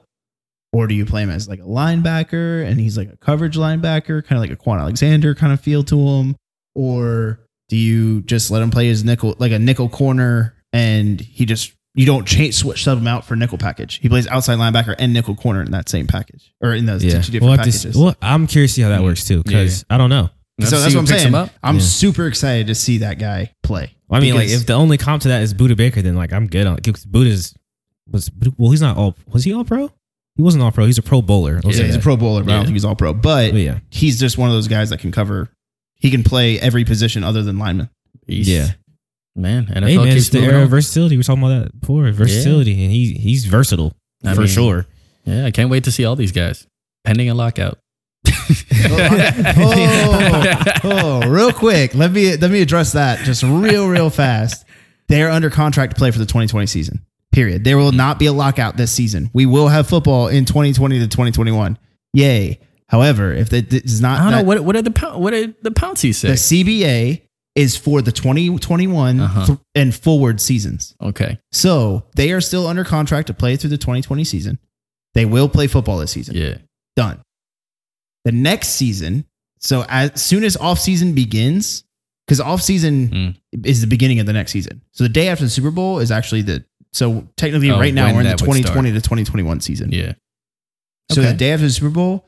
[SPEAKER 1] Or do you play him as like a linebacker and he's like a coverage linebacker, kind of like a Quan Alexander kind of feel to him? Or do you just let him play his nickel, like a nickel corner and he just, you don't change, switch, sub him out for nickel package? He plays outside linebacker and nickel corner in that same package or in those
[SPEAKER 3] yeah,
[SPEAKER 1] two different
[SPEAKER 3] we'll have to.
[SPEAKER 1] packages.
[SPEAKER 3] See, well, I'm curious to see how that
[SPEAKER 2] Mm.
[SPEAKER 3] works too,
[SPEAKER 2] Yeah,
[SPEAKER 3] because I don't know.
[SPEAKER 2] Let's
[SPEAKER 1] so
[SPEAKER 2] see
[SPEAKER 1] that's
[SPEAKER 2] who
[SPEAKER 1] what I'm
[SPEAKER 2] picks him
[SPEAKER 1] saying.
[SPEAKER 2] up.
[SPEAKER 1] I'm
[SPEAKER 3] Yeah.
[SPEAKER 1] super excited to see that guy play.
[SPEAKER 3] I mean, like
[SPEAKER 1] Because-
[SPEAKER 3] if the only comp to that is Buda Baker, then like I'm good on because Buda's was well, he's not all was he all pro? He wasn't all pro. He's a Pro Bowler. I'll
[SPEAKER 2] Yeah,
[SPEAKER 3] say
[SPEAKER 1] Yeah, he's a
[SPEAKER 3] that.
[SPEAKER 1] pro bowler, but I
[SPEAKER 2] Yeah.
[SPEAKER 1] don't think he's all pro. But
[SPEAKER 3] But yeah,
[SPEAKER 1] he's just one of those guys that can cover. He can play every position other than lineman.
[SPEAKER 2] Jeez.
[SPEAKER 3] Yeah.
[SPEAKER 2] Man, NFL
[SPEAKER 3] hey man,
[SPEAKER 2] keeps
[SPEAKER 3] it's the
[SPEAKER 2] moving
[SPEAKER 3] era
[SPEAKER 2] on.
[SPEAKER 3] of versatility. We were talking about that before. Versatility, and he he's versatile
[SPEAKER 2] I
[SPEAKER 3] for
[SPEAKER 2] mean-
[SPEAKER 3] sure.
[SPEAKER 2] Yeah, I can't wait to see all these guys. Pending a lockout.
[SPEAKER 1] oh, oh, real quick, let me let me address that just real real fast. They're under contract to play for the 2020 season. Period. There will not be a lockout this season. We will have football in 2020 to 2021. Yay. However, if that does not
[SPEAKER 2] I don't know
[SPEAKER 1] that-
[SPEAKER 2] what what did the poun- what did the Pouncy
[SPEAKER 1] the
[SPEAKER 2] say?
[SPEAKER 1] CBA is for the 2021
[SPEAKER 2] Uh-huh.
[SPEAKER 1] th- and forward seasons.
[SPEAKER 2] Okay,
[SPEAKER 1] So they are still under contract to play through the 2020 season. They will play football this season.
[SPEAKER 2] yeah,
[SPEAKER 1] Done. The next season, so as soon as offseason begins, because offseason
[SPEAKER 2] Mm.
[SPEAKER 1] is the beginning of the next season. So the day after the Super Bowl is actually the, so technically
[SPEAKER 2] Oh,
[SPEAKER 1] right now
[SPEAKER 2] when
[SPEAKER 1] we're in the
[SPEAKER 2] that would
[SPEAKER 1] 2020 to 2021 season.
[SPEAKER 2] yeah.
[SPEAKER 1] So
[SPEAKER 2] Okay.
[SPEAKER 1] the day after the Super Bowl,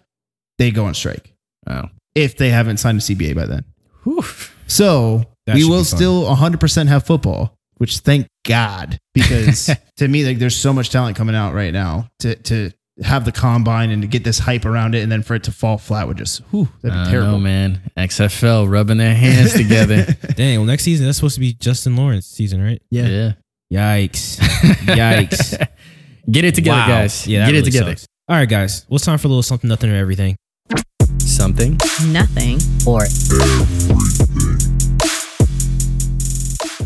[SPEAKER 1] they go on strike
[SPEAKER 2] Oh,
[SPEAKER 1] if they haven't signed a CBA by then.
[SPEAKER 2] Whew.
[SPEAKER 1] So
[SPEAKER 3] That
[SPEAKER 1] we
[SPEAKER 3] should be
[SPEAKER 1] will
[SPEAKER 3] fun.
[SPEAKER 1] still 100% have football, which thank God, because to me, like there's so much talent coming out right now to, to have the combine and to get this hype around it. And then for it to fall flat would just, whew, that'd be
[SPEAKER 2] I
[SPEAKER 1] terrible.
[SPEAKER 2] know, man. XFL rubbing their hands together.
[SPEAKER 3] Dang, well, next season that's supposed to be Justin Lawrence season, right?
[SPEAKER 1] Yeah.
[SPEAKER 2] yeah,
[SPEAKER 3] Yikes, yikes.
[SPEAKER 2] Get it together,
[SPEAKER 3] Wow.
[SPEAKER 2] guys.
[SPEAKER 3] Yeah, that
[SPEAKER 2] Get it
[SPEAKER 3] really
[SPEAKER 2] together.
[SPEAKER 3] sucks. All right, guys. Well, it's time for a little something, nothing, or everything.
[SPEAKER 2] Something, something.
[SPEAKER 4] Nothing.
[SPEAKER 5] or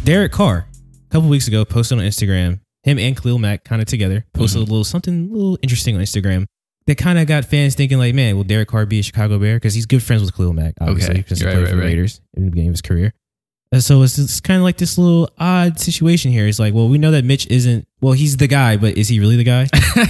[SPEAKER 3] Derek Carr, a couple weeks ago, posted on Instagram, him and Khalil Mack kind of together, posted
[SPEAKER 2] Mm-hmm.
[SPEAKER 3] a little something a little interesting on Instagram that kind of got fans thinking, like, man, will Derek Carr be a Chicago Bear? Because he's good friends with Khalil Mack, obviously,
[SPEAKER 2] Okay.
[SPEAKER 3] because he
[SPEAKER 2] Right,
[SPEAKER 3] played
[SPEAKER 2] right,
[SPEAKER 3] for the
[SPEAKER 2] right.
[SPEAKER 3] Raiders in the beginning of his career. Uh, so it's, it's kind of like this little odd situation here. It's like, well, we know that Mitch isn't, well, he's the guy, but is he really the guy?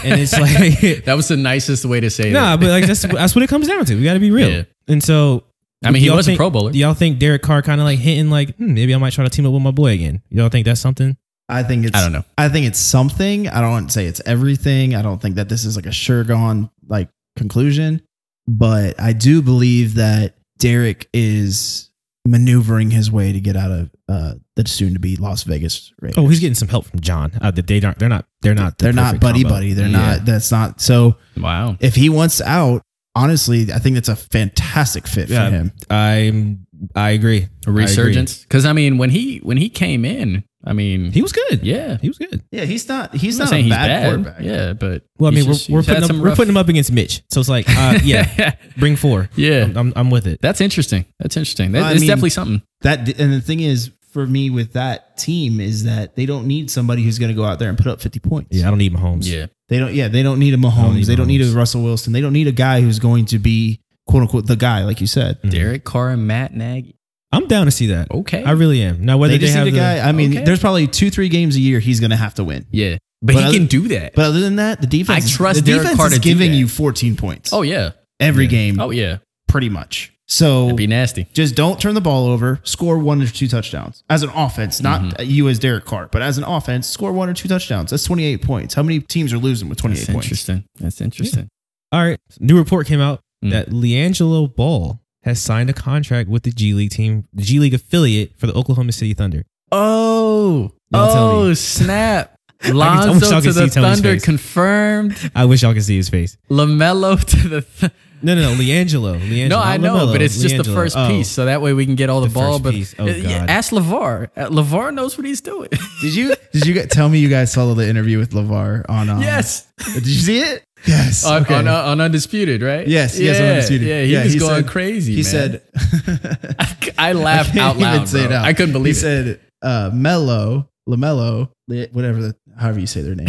[SPEAKER 3] And it's like-
[SPEAKER 2] that was the nicest way to say
[SPEAKER 3] nah,
[SPEAKER 2] that.
[SPEAKER 3] but like that's, that's what it comes down to. We got to be real.
[SPEAKER 2] Yeah.
[SPEAKER 3] And so
[SPEAKER 2] I mean, he
[SPEAKER 3] y'all
[SPEAKER 2] was a
[SPEAKER 3] think-
[SPEAKER 2] Pro Bowler.
[SPEAKER 3] Y'all think Derek Carr kind of like hinting like hmm, maybe I might try to team up with my boy again? Y'all think that's something?
[SPEAKER 1] I think it's
[SPEAKER 2] I don't know.
[SPEAKER 1] I think it's something. I don't want to say it's everything. I don't think that this is like a sure gone like conclusion, but I do believe that Derek is maneuvering his way to get out of uh, the soon to be Las Vegas Raiders.
[SPEAKER 3] Oh, he's getting some help from John. Uh, that they don't. They're not. They're not. the
[SPEAKER 1] they're not
[SPEAKER 3] perfect
[SPEAKER 1] buddy
[SPEAKER 3] combo.
[SPEAKER 1] buddy. They're
[SPEAKER 3] Yeah.
[SPEAKER 1] not. That's not. So
[SPEAKER 2] Wow.
[SPEAKER 1] if he wants out, honestly, I think that's a fantastic fit
[SPEAKER 3] Yeah.
[SPEAKER 1] for him.
[SPEAKER 3] I'm. I agree.
[SPEAKER 2] A resurgence. Because I mean, when he when he came in, I mean,
[SPEAKER 3] He was good.
[SPEAKER 2] yeah,
[SPEAKER 3] He was good.
[SPEAKER 1] Yeah, he's not. He's
[SPEAKER 2] I'm not saying he's bad. Yeah, but
[SPEAKER 3] Well, I
[SPEAKER 2] he's
[SPEAKER 3] mean, we're,
[SPEAKER 2] just-
[SPEAKER 3] we're
[SPEAKER 2] he's had
[SPEAKER 3] putting up,
[SPEAKER 2] some
[SPEAKER 3] we're
[SPEAKER 2] rough-
[SPEAKER 3] putting him up against Mitch, so it's like, uh, yeah, Um, bring four.
[SPEAKER 2] Yeah.
[SPEAKER 3] I'm, I'm, I'm with it.
[SPEAKER 2] That's interesting. That's interesting. That,
[SPEAKER 1] Well, I
[SPEAKER 2] it's
[SPEAKER 1] mean-
[SPEAKER 2] definitely something.
[SPEAKER 1] That and the thing is for me with that team is that they don't need somebody who's going to go out there and put up 50 points.
[SPEAKER 3] Yeah, I don't need Mahomes.
[SPEAKER 2] Yeah.
[SPEAKER 1] They don't. Yeah, they don't need a Mahomes.
[SPEAKER 3] need
[SPEAKER 1] they don't need a
[SPEAKER 3] Mahomes.
[SPEAKER 1] Russell Wilson. They don't need a guy who's going to be quote unquote the guy, like you said.
[SPEAKER 3] Mhm.
[SPEAKER 2] Derek Carr and Matt Nagy.
[SPEAKER 3] I'm down to see that.
[SPEAKER 2] Okay.
[SPEAKER 3] I really am. Now whether
[SPEAKER 1] They
[SPEAKER 3] they,
[SPEAKER 1] just
[SPEAKER 3] have
[SPEAKER 1] need a
[SPEAKER 3] the-
[SPEAKER 1] guy. I mean,
[SPEAKER 2] Okay.
[SPEAKER 1] there's probably two, three games a year he's going to have to win.
[SPEAKER 2] yeah. But,
[SPEAKER 1] But
[SPEAKER 2] he
[SPEAKER 1] other-
[SPEAKER 2] can do that.
[SPEAKER 1] But other than that, the defense.
[SPEAKER 2] I
[SPEAKER 1] is-
[SPEAKER 2] trust
[SPEAKER 1] the
[SPEAKER 2] Derek
[SPEAKER 1] defense
[SPEAKER 2] Carr
[SPEAKER 1] is
[SPEAKER 2] to do
[SPEAKER 1] giving
[SPEAKER 2] that.
[SPEAKER 1] you 14 points.
[SPEAKER 2] oh, yeah.
[SPEAKER 1] every game,
[SPEAKER 2] Oh, yeah.
[SPEAKER 1] pretty much. So
[SPEAKER 2] It'd be nasty.
[SPEAKER 1] just don't turn the ball over. Score one or two touchdowns as an offense, not
[SPEAKER 2] Mm-hmm.
[SPEAKER 1] you as Derek Carr, but as an offense, score one or two touchdowns. That's 28 points. How many teams are losing with 28
[SPEAKER 2] That's
[SPEAKER 1] points?
[SPEAKER 2] interesting. That's interesting.
[SPEAKER 3] All right. New report came out
[SPEAKER 2] Mm.
[SPEAKER 3] that LiAngelo Ball has signed a contract with the G League team, the G League affiliate for the Oklahoma City Thunder.
[SPEAKER 2] Oh.
[SPEAKER 3] Y'all tell me.
[SPEAKER 2] Oh, snap.
[SPEAKER 3] I wish I
[SPEAKER 2] Lonzo
[SPEAKER 3] could
[SPEAKER 2] to the
[SPEAKER 3] see Tony's
[SPEAKER 2] Thunder
[SPEAKER 3] face.
[SPEAKER 2] confirmed.
[SPEAKER 3] I wish y'all could see his face.
[SPEAKER 2] LaMelo to the. Th-
[SPEAKER 3] No, no, no. LiAngelo. LiAngelo
[SPEAKER 2] no, I
[SPEAKER 3] not
[SPEAKER 2] know,
[SPEAKER 3] LaMelo,
[SPEAKER 2] but it's just the
[SPEAKER 3] LiAngelo.
[SPEAKER 2] first
[SPEAKER 3] Oh.
[SPEAKER 2] piece. So that way we can get all the,
[SPEAKER 3] The
[SPEAKER 2] ball.
[SPEAKER 3] first
[SPEAKER 2] but
[SPEAKER 3] piece. Oh,
[SPEAKER 2] Uh, yeah,
[SPEAKER 3] God.
[SPEAKER 2] ask LeVar. Uh, LeVar knows what he's doing.
[SPEAKER 1] Did you did you get, tell me you guys saw the interview with Levar on? Um,
[SPEAKER 2] yes.
[SPEAKER 1] Did you see it? Yes.
[SPEAKER 2] on, on, uh, on Undisputed, right?
[SPEAKER 1] Yes, yes, on
[SPEAKER 2] Yeah,
[SPEAKER 1] Undisputed.
[SPEAKER 2] Yeah, he
[SPEAKER 1] Yeah,
[SPEAKER 2] was
[SPEAKER 1] he
[SPEAKER 2] going
[SPEAKER 1] said-
[SPEAKER 2] crazy.
[SPEAKER 1] he
[SPEAKER 2] man.
[SPEAKER 1] said.
[SPEAKER 2] I
[SPEAKER 1] I
[SPEAKER 2] laughed
[SPEAKER 1] can't
[SPEAKER 2] out
[SPEAKER 1] even
[SPEAKER 2] loud.
[SPEAKER 1] say it
[SPEAKER 2] bro.
[SPEAKER 1] out.
[SPEAKER 2] I couldn't believe
[SPEAKER 1] he
[SPEAKER 2] it.
[SPEAKER 1] said uh, Mello, Lamelo, Li- whatever, the, however you say their name.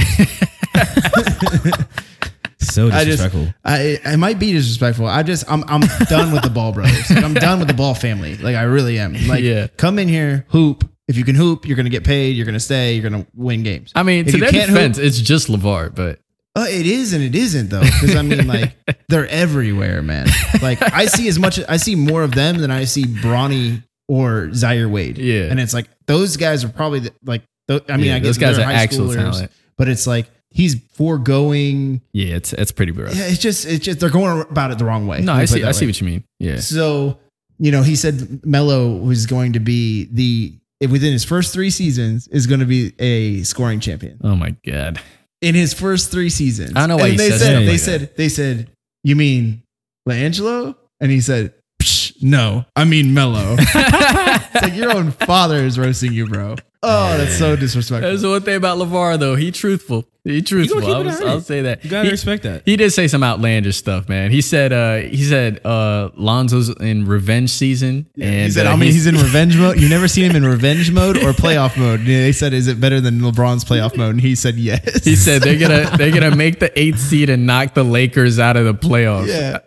[SPEAKER 3] So
[SPEAKER 1] I just-
[SPEAKER 3] disrespectful.
[SPEAKER 1] I I might be disrespectful. I just I'm I'm done with the Ball brothers. Like, I'm done with the Ball family. Like I really am. Like
[SPEAKER 2] Yeah.
[SPEAKER 1] come in here, hoop. If you can hoop, you're gonna get paid. You're gonna stay. You're gonna win games.
[SPEAKER 2] I mean,
[SPEAKER 1] If
[SPEAKER 2] to
[SPEAKER 1] you
[SPEAKER 2] their
[SPEAKER 1] can't
[SPEAKER 2] defense, it's just Levar, but
[SPEAKER 1] Uh, it is and it isn't though, because I mean, like they're everywhere, man. Like I see as much, I see more of them than I see Bronny or Zaire Wade.
[SPEAKER 2] Yeah.
[SPEAKER 1] and it's like those guys are probably the, like, tho- I mean,
[SPEAKER 2] yeah,
[SPEAKER 1] I guess
[SPEAKER 2] those guys
[SPEAKER 1] they're
[SPEAKER 2] are
[SPEAKER 1] high
[SPEAKER 2] actual
[SPEAKER 1] schoolers,
[SPEAKER 2] talent.
[SPEAKER 1] but it's like he's foregoing.
[SPEAKER 2] Yeah, it's it's pretty rough.
[SPEAKER 1] Yeah, it's just, it's just they're going about it the wrong way. Let me
[SPEAKER 2] no, I
[SPEAKER 1] put it
[SPEAKER 2] see.
[SPEAKER 1] that
[SPEAKER 2] I see
[SPEAKER 1] way.
[SPEAKER 2] what you mean. Yeah,
[SPEAKER 1] So, you know, he said Melo was going to be the within his first three seasons is going to be a scoring champion
[SPEAKER 2] Oh my god.
[SPEAKER 1] in his first three seasons.
[SPEAKER 2] I don't know why
[SPEAKER 1] and
[SPEAKER 2] he
[SPEAKER 1] they
[SPEAKER 2] says
[SPEAKER 1] said
[SPEAKER 3] stuff
[SPEAKER 1] they
[SPEAKER 2] like
[SPEAKER 1] said they said you mean Langelo, and he said Psh, no, I mean Mello. it's like your own father is roasting you, bro. Oh, that's so disrespectful.
[SPEAKER 2] That's the one thing about Levar though. He truthful. He truthful.
[SPEAKER 3] keep
[SPEAKER 2] I
[SPEAKER 3] it
[SPEAKER 2] was,
[SPEAKER 3] 100.
[SPEAKER 2] I'll say that.
[SPEAKER 3] You gotta
[SPEAKER 2] He-
[SPEAKER 3] respect that.
[SPEAKER 2] He did say some outlandish stuff, man. He said, uh, he said, uh, Lonzo's in revenge season, and
[SPEAKER 1] he said,
[SPEAKER 2] uh,
[SPEAKER 1] "I mean,
[SPEAKER 2] he's-
[SPEAKER 1] he's in revenge mode. You never seen him in revenge mode or playoff mode." And They said, "Is it better than LeBron's playoff mode?" And he said, "Yes."
[SPEAKER 2] He said they're gonna they're gonna make the eighth seed and knock the Lakers out of the playoffs.
[SPEAKER 1] Yeah.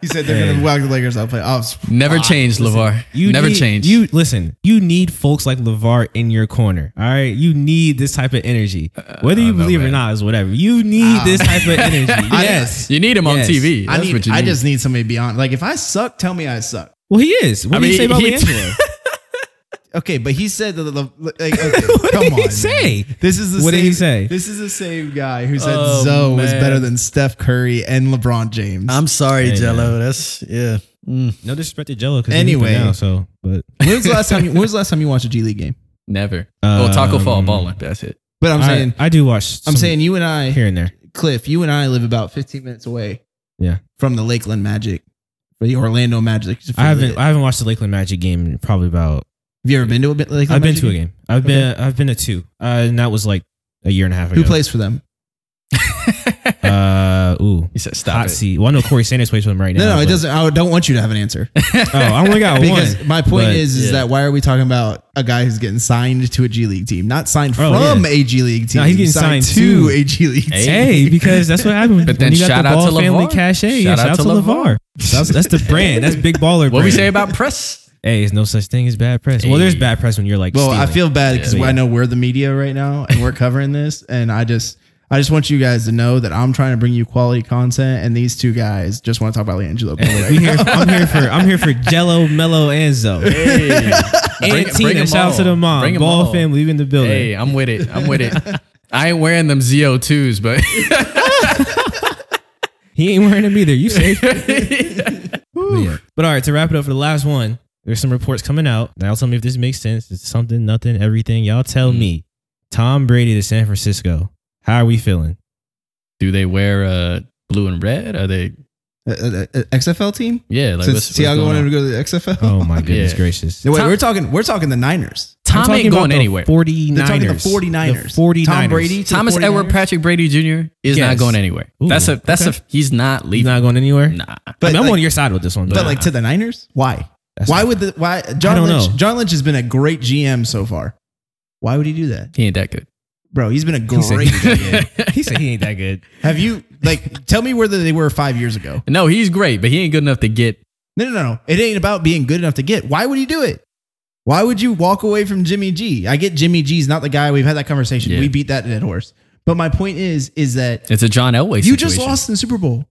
[SPEAKER 1] he said they're going to whack the Lakers out of play. Oh,
[SPEAKER 2] Never change, Levar.
[SPEAKER 3] You
[SPEAKER 2] never
[SPEAKER 3] need-
[SPEAKER 2] change.
[SPEAKER 3] You listen. You need folks like Levar in your corner. All right. You need this type of energy, whether you
[SPEAKER 2] Uh, don't know,
[SPEAKER 3] believe it or
[SPEAKER 2] man. Ah.
[SPEAKER 3] not is whatever. You need this type of energy. Yes.
[SPEAKER 2] You need him on
[SPEAKER 3] Yes.
[SPEAKER 2] TV.
[SPEAKER 1] I
[SPEAKER 2] That's
[SPEAKER 1] need.
[SPEAKER 2] what you need.
[SPEAKER 1] I just need somebody to be on. Like, if I suck, tell me I suck.
[SPEAKER 3] well, he is. What
[SPEAKER 2] I
[SPEAKER 3] do you
[SPEAKER 2] mean,
[SPEAKER 3] say about
[SPEAKER 2] he-
[SPEAKER 3] LiAngelo?
[SPEAKER 1] Okay, but he said that the, the- like, okay, come
[SPEAKER 3] did
[SPEAKER 1] on.
[SPEAKER 3] he
[SPEAKER 1] man.
[SPEAKER 3] say?
[SPEAKER 1] This is the
[SPEAKER 3] What
[SPEAKER 1] same,
[SPEAKER 3] did he say?
[SPEAKER 1] This is the same guy who said
[SPEAKER 2] Oh,
[SPEAKER 1] Zoe was
[SPEAKER 2] man.
[SPEAKER 1] better than Steph Curry and LeBron James.
[SPEAKER 2] sorry,
[SPEAKER 3] Hey, Jello. Mm.
[SPEAKER 2] That's yeah.
[SPEAKER 3] no disrespect to Jello. 'cause he's
[SPEAKER 1] Anyway.
[SPEAKER 3] now, so but
[SPEAKER 1] when was the last time? You, when was the last time you watched a G League game?
[SPEAKER 2] Never. well, Taco
[SPEAKER 3] Um,
[SPEAKER 2] Fall balling. That's it.
[SPEAKER 1] But I'm
[SPEAKER 3] I-
[SPEAKER 1] saying,
[SPEAKER 3] I, do watch.
[SPEAKER 1] I'm
[SPEAKER 3] some
[SPEAKER 1] saying you and I,
[SPEAKER 3] here and there.
[SPEAKER 1] Cliff, you and I live about 15 minutes away.
[SPEAKER 3] Yeah.
[SPEAKER 1] From the Lakeland Magic, or the Orlando Magic.
[SPEAKER 3] I haven't. I haven't watched the Lakeland Magic game in probably about
[SPEAKER 1] have you ever been to a bit- Lakeland?
[SPEAKER 3] I've been
[SPEAKER 1] Magic
[SPEAKER 3] to a game. I've
[SPEAKER 1] Oh,
[SPEAKER 3] been I've been to two, uh, and that was like a year and a half ago.
[SPEAKER 1] Who plays for them?
[SPEAKER 3] Uh, Uh, ooh,
[SPEAKER 2] He said, "Stop
[SPEAKER 3] hot
[SPEAKER 2] it."
[SPEAKER 3] seat. Well, I know Corey Sanders plays for them right now.
[SPEAKER 1] No, no, it
[SPEAKER 3] but-
[SPEAKER 1] doesn't. I don't want you to have an answer
[SPEAKER 3] Oh, I only got
[SPEAKER 1] because
[SPEAKER 3] one.
[SPEAKER 1] my point
[SPEAKER 3] But-
[SPEAKER 1] is, is
[SPEAKER 2] yeah.
[SPEAKER 1] that why are we talking about a guy who's getting signed to a G League team, not signed
[SPEAKER 3] Oh,
[SPEAKER 1] from
[SPEAKER 3] yeah.
[SPEAKER 1] a G League team?
[SPEAKER 3] No, he's getting signed to-
[SPEAKER 1] a G League team.
[SPEAKER 3] Hey, because that's what happened.
[SPEAKER 2] But then
[SPEAKER 3] when you got
[SPEAKER 2] shout
[SPEAKER 3] the
[SPEAKER 2] out
[SPEAKER 3] ball
[SPEAKER 2] to
[SPEAKER 3] family
[SPEAKER 2] LeVar.
[SPEAKER 3] cachet. yeah,
[SPEAKER 2] Shout
[SPEAKER 3] shout out to Levar. That's, that's the brand. That's big baller.
[SPEAKER 2] What
[SPEAKER 3] brand.
[SPEAKER 2] we say about press?
[SPEAKER 3] Hey, there's no such thing as bad press. Well, there's
[SPEAKER 2] Hey.
[SPEAKER 3] bad press when you're like.
[SPEAKER 1] Well, I
[SPEAKER 3] stealing.
[SPEAKER 1] feel bad because
[SPEAKER 2] Yeah.
[SPEAKER 1] I know we're the media right now and we're covering this, and I just. I just want you guys to know that I'm trying to bring you quality content, and these two guys just want to talk about Leangelo. Ball right
[SPEAKER 3] We here- I'm here for I'm here for Jello, Mello, and Zo. and
[SPEAKER 2] Bring-
[SPEAKER 3] Tina.
[SPEAKER 2] bring 'em
[SPEAKER 3] shout out
[SPEAKER 2] all.
[SPEAKER 3] to the mom,
[SPEAKER 2] Bring 'em
[SPEAKER 3] ball
[SPEAKER 2] all.
[SPEAKER 3] family. We in the building.
[SPEAKER 2] Hey, I'm with it. I'm with it. I ain't wearing them ZO2s, but
[SPEAKER 3] He ain't wearing them either. You safe? But yeah. But all right, to wrap it up for the last one, there's some reports coming out. Now tell me if this makes sense. It's something, nothing, everything. Y'all tell
[SPEAKER 1] Mm.
[SPEAKER 3] me. Tom Brady to San Francisco. How are we feeling?
[SPEAKER 2] do they wear uh, blue and red? Are they?
[SPEAKER 1] now. Uh, uh, uh, XFL team?
[SPEAKER 2] Yeah, like
[SPEAKER 1] Since Tiago wanted to go to the XFL?
[SPEAKER 3] Oh my goodness
[SPEAKER 2] Yeah.
[SPEAKER 3] gracious.
[SPEAKER 1] No, wait,
[SPEAKER 2] Tom-
[SPEAKER 1] we're talking we're talking the Niners.
[SPEAKER 2] Tom
[SPEAKER 3] I'm talking
[SPEAKER 2] ain't
[SPEAKER 3] about
[SPEAKER 2] going
[SPEAKER 3] the
[SPEAKER 2] anywhere.
[SPEAKER 3] 49ers.
[SPEAKER 1] They're talking the 49ers.
[SPEAKER 3] The 49ers.
[SPEAKER 1] Tom Brady to the
[SPEAKER 2] Thomas
[SPEAKER 1] 49ers?
[SPEAKER 2] Edward Patrick Brady Jr. is
[SPEAKER 3] Yes.
[SPEAKER 2] not going anywhere.
[SPEAKER 3] Ooh,
[SPEAKER 2] that's a that's a he's not
[SPEAKER 3] He's
[SPEAKER 2] leaving.
[SPEAKER 3] not going anywhere.
[SPEAKER 2] Nah.
[SPEAKER 3] I
[SPEAKER 1] But
[SPEAKER 3] mean, I'm
[SPEAKER 1] like-
[SPEAKER 3] on your side with this one. But,
[SPEAKER 1] But like to the Niners? Why?
[SPEAKER 3] That's
[SPEAKER 1] why
[SPEAKER 3] not-
[SPEAKER 1] would the why John
[SPEAKER 3] don't
[SPEAKER 1] Lynch
[SPEAKER 3] know.
[SPEAKER 1] John Lynch has been a great GM so far. Why would he do that?
[SPEAKER 2] He ain't that good.
[SPEAKER 1] Bro, he's been a
[SPEAKER 3] He said-
[SPEAKER 1] great GM.
[SPEAKER 3] he said he ain't that good.
[SPEAKER 1] Have you like tell me where they were 5 years ago?
[SPEAKER 2] No, he's great, but he ain't good enough to get.
[SPEAKER 1] No, no, no, no. It ain't about being good enough to get. Why would he do it? Why would you walk away from Jimmy G? I get Jimmy G's not the guy. We've had that conversation.
[SPEAKER 2] Yeah.
[SPEAKER 1] We beat that dead horse. But my point is is that
[SPEAKER 2] It's a John Elway.
[SPEAKER 1] you
[SPEAKER 2] situation.
[SPEAKER 1] just lost in the Super Bowl.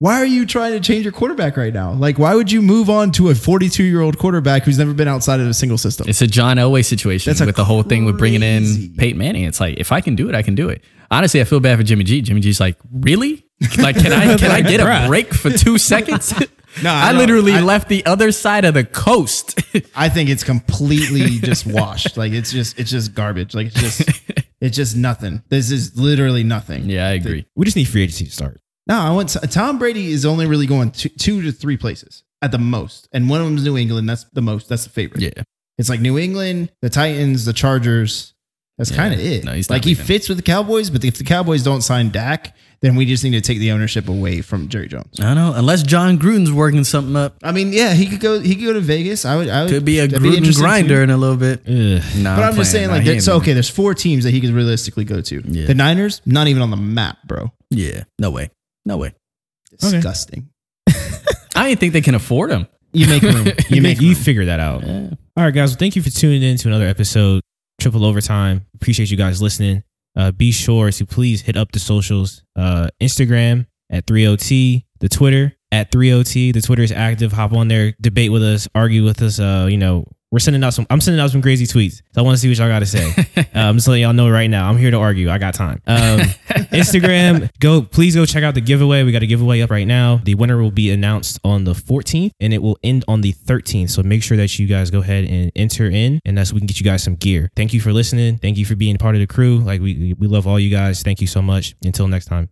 [SPEAKER 1] Why are you trying to change your quarterback right now? Like, why would you move on to a 42 year old quarterback who's never been outside of a single system?
[SPEAKER 2] It's a John Elway situation
[SPEAKER 1] That's a
[SPEAKER 2] with the whole thing with bringing
[SPEAKER 1] crazy-
[SPEAKER 2] in Peyton Manning. It's like if I can do it, I can do it. Honestly, I feel bad for Jimmy G. Jimmy G's like, really? Like, can I can I get a
[SPEAKER 3] Bruh.
[SPEAKER 2] break for two seconds?
[SPEAKER 1] No, I
[SPEAKER 2] I,
[SPEAKER 1] don't-
[SPEAKER 2] literally
[SPEAKER 1] I-
[SPEAKER 2] left the other side of the coast.
[SPEAKER 1] I think it's completely just washed. Like, it's just it's just garbage. Like, it's just it's just nothing. This is literally nothing.
[SPEAKER 2] yeah, I agree.
[SPEAKER 3] We just need free agency to start.
[SPEAKER 1] No, I want Tom Brady is only really going two, two to three places at the most, and one of them is New England. That's the most. That's the favorite.
[SPEAKER 2] Yeah,
[SPEAKER 1] It's like New England, the Titans, the Chargers. That's
[SPEAKER 2] Yeah.
[SPEAKER 1] kind of it.
[SPEAKER 2] No, he's not
[SPEAKER 1] like he
[SPEAKER 2] leaving.
[SPEAKER 1] fits with the Cowboys, but if the Cowboys don't sign Dak, then we just need to take the ownership away from Jerry Jones.
[SPEAKER 2] I don't know. Unless John Gruden's working something up,
[SPEAKER 1] I mean, yeah, he could go. He could go to Vegas. I would. I would
[SPEAKER 2] could be a
[SPEAKER 1] that'd
[SPEAKER 2] Gruden
[SPEAKER 1] interesting
[SPEAKER 2] grinder
[SPEAKER 1] too.
[SPEAKER 2] in a little bit.
[SPEAKER 3] Ugh.
[SPEAKER 2] No,
[SPEAKER 1] But I'm, just saying, like,
[SPEAKER 2] playing. Nah, he
[SPEAKER 1] there- so
[SPEAKER 2] ain't
[SPEAKER 1] okay, there's four teams that he could realistically go to.
[SPEAKER 2] Yeah.
[SPEAKER 1] The Niners, not even on the map, bro.
[SPEAKER 2] moving. Yeah, no way, no way.
[SPEAKER 3] Okay.
[SPEAKER 1] Disgusting.
[SPEAKER 2] I didn't think they can afford him.
[SPEAKER 1] You make room.
[SPEAKER 3] You
[SPEAKER 1] You make
[SPEAKER 3] you
[SPEAKER 1] room.
[SPEAKER 3] figure that out.
[SPEAKER 2] Yeah.
[SPEAKER 3] All right, guys. Well, thank you for tuning in to another episode, Triple Overtime. Appreciate you guys listening. Uh, be sure to please hit up the socials, uh, Instagram at 3OT, the Twitter at 3OT. The Twitter is active. Hop on there, debate with us, argue with us. Uh, you know, we're sending out some. I'm sending out some crazy tweets. So I want to see what y'all got to say. uh, I'm just letting y'all know right now. I'm here to argue. I got time. Um, Instagram, go. Please go check out the giveaway. We got a giveaway up right now. The winner will be announced on the 14th, and it will end on the 13th. So make sure that you guys go ahead and enter in, and that's we can get you guys some gear. Thank you for listening. Thank you for being part of the crew. Like we we love all you guys. Thank you so much. Until next time.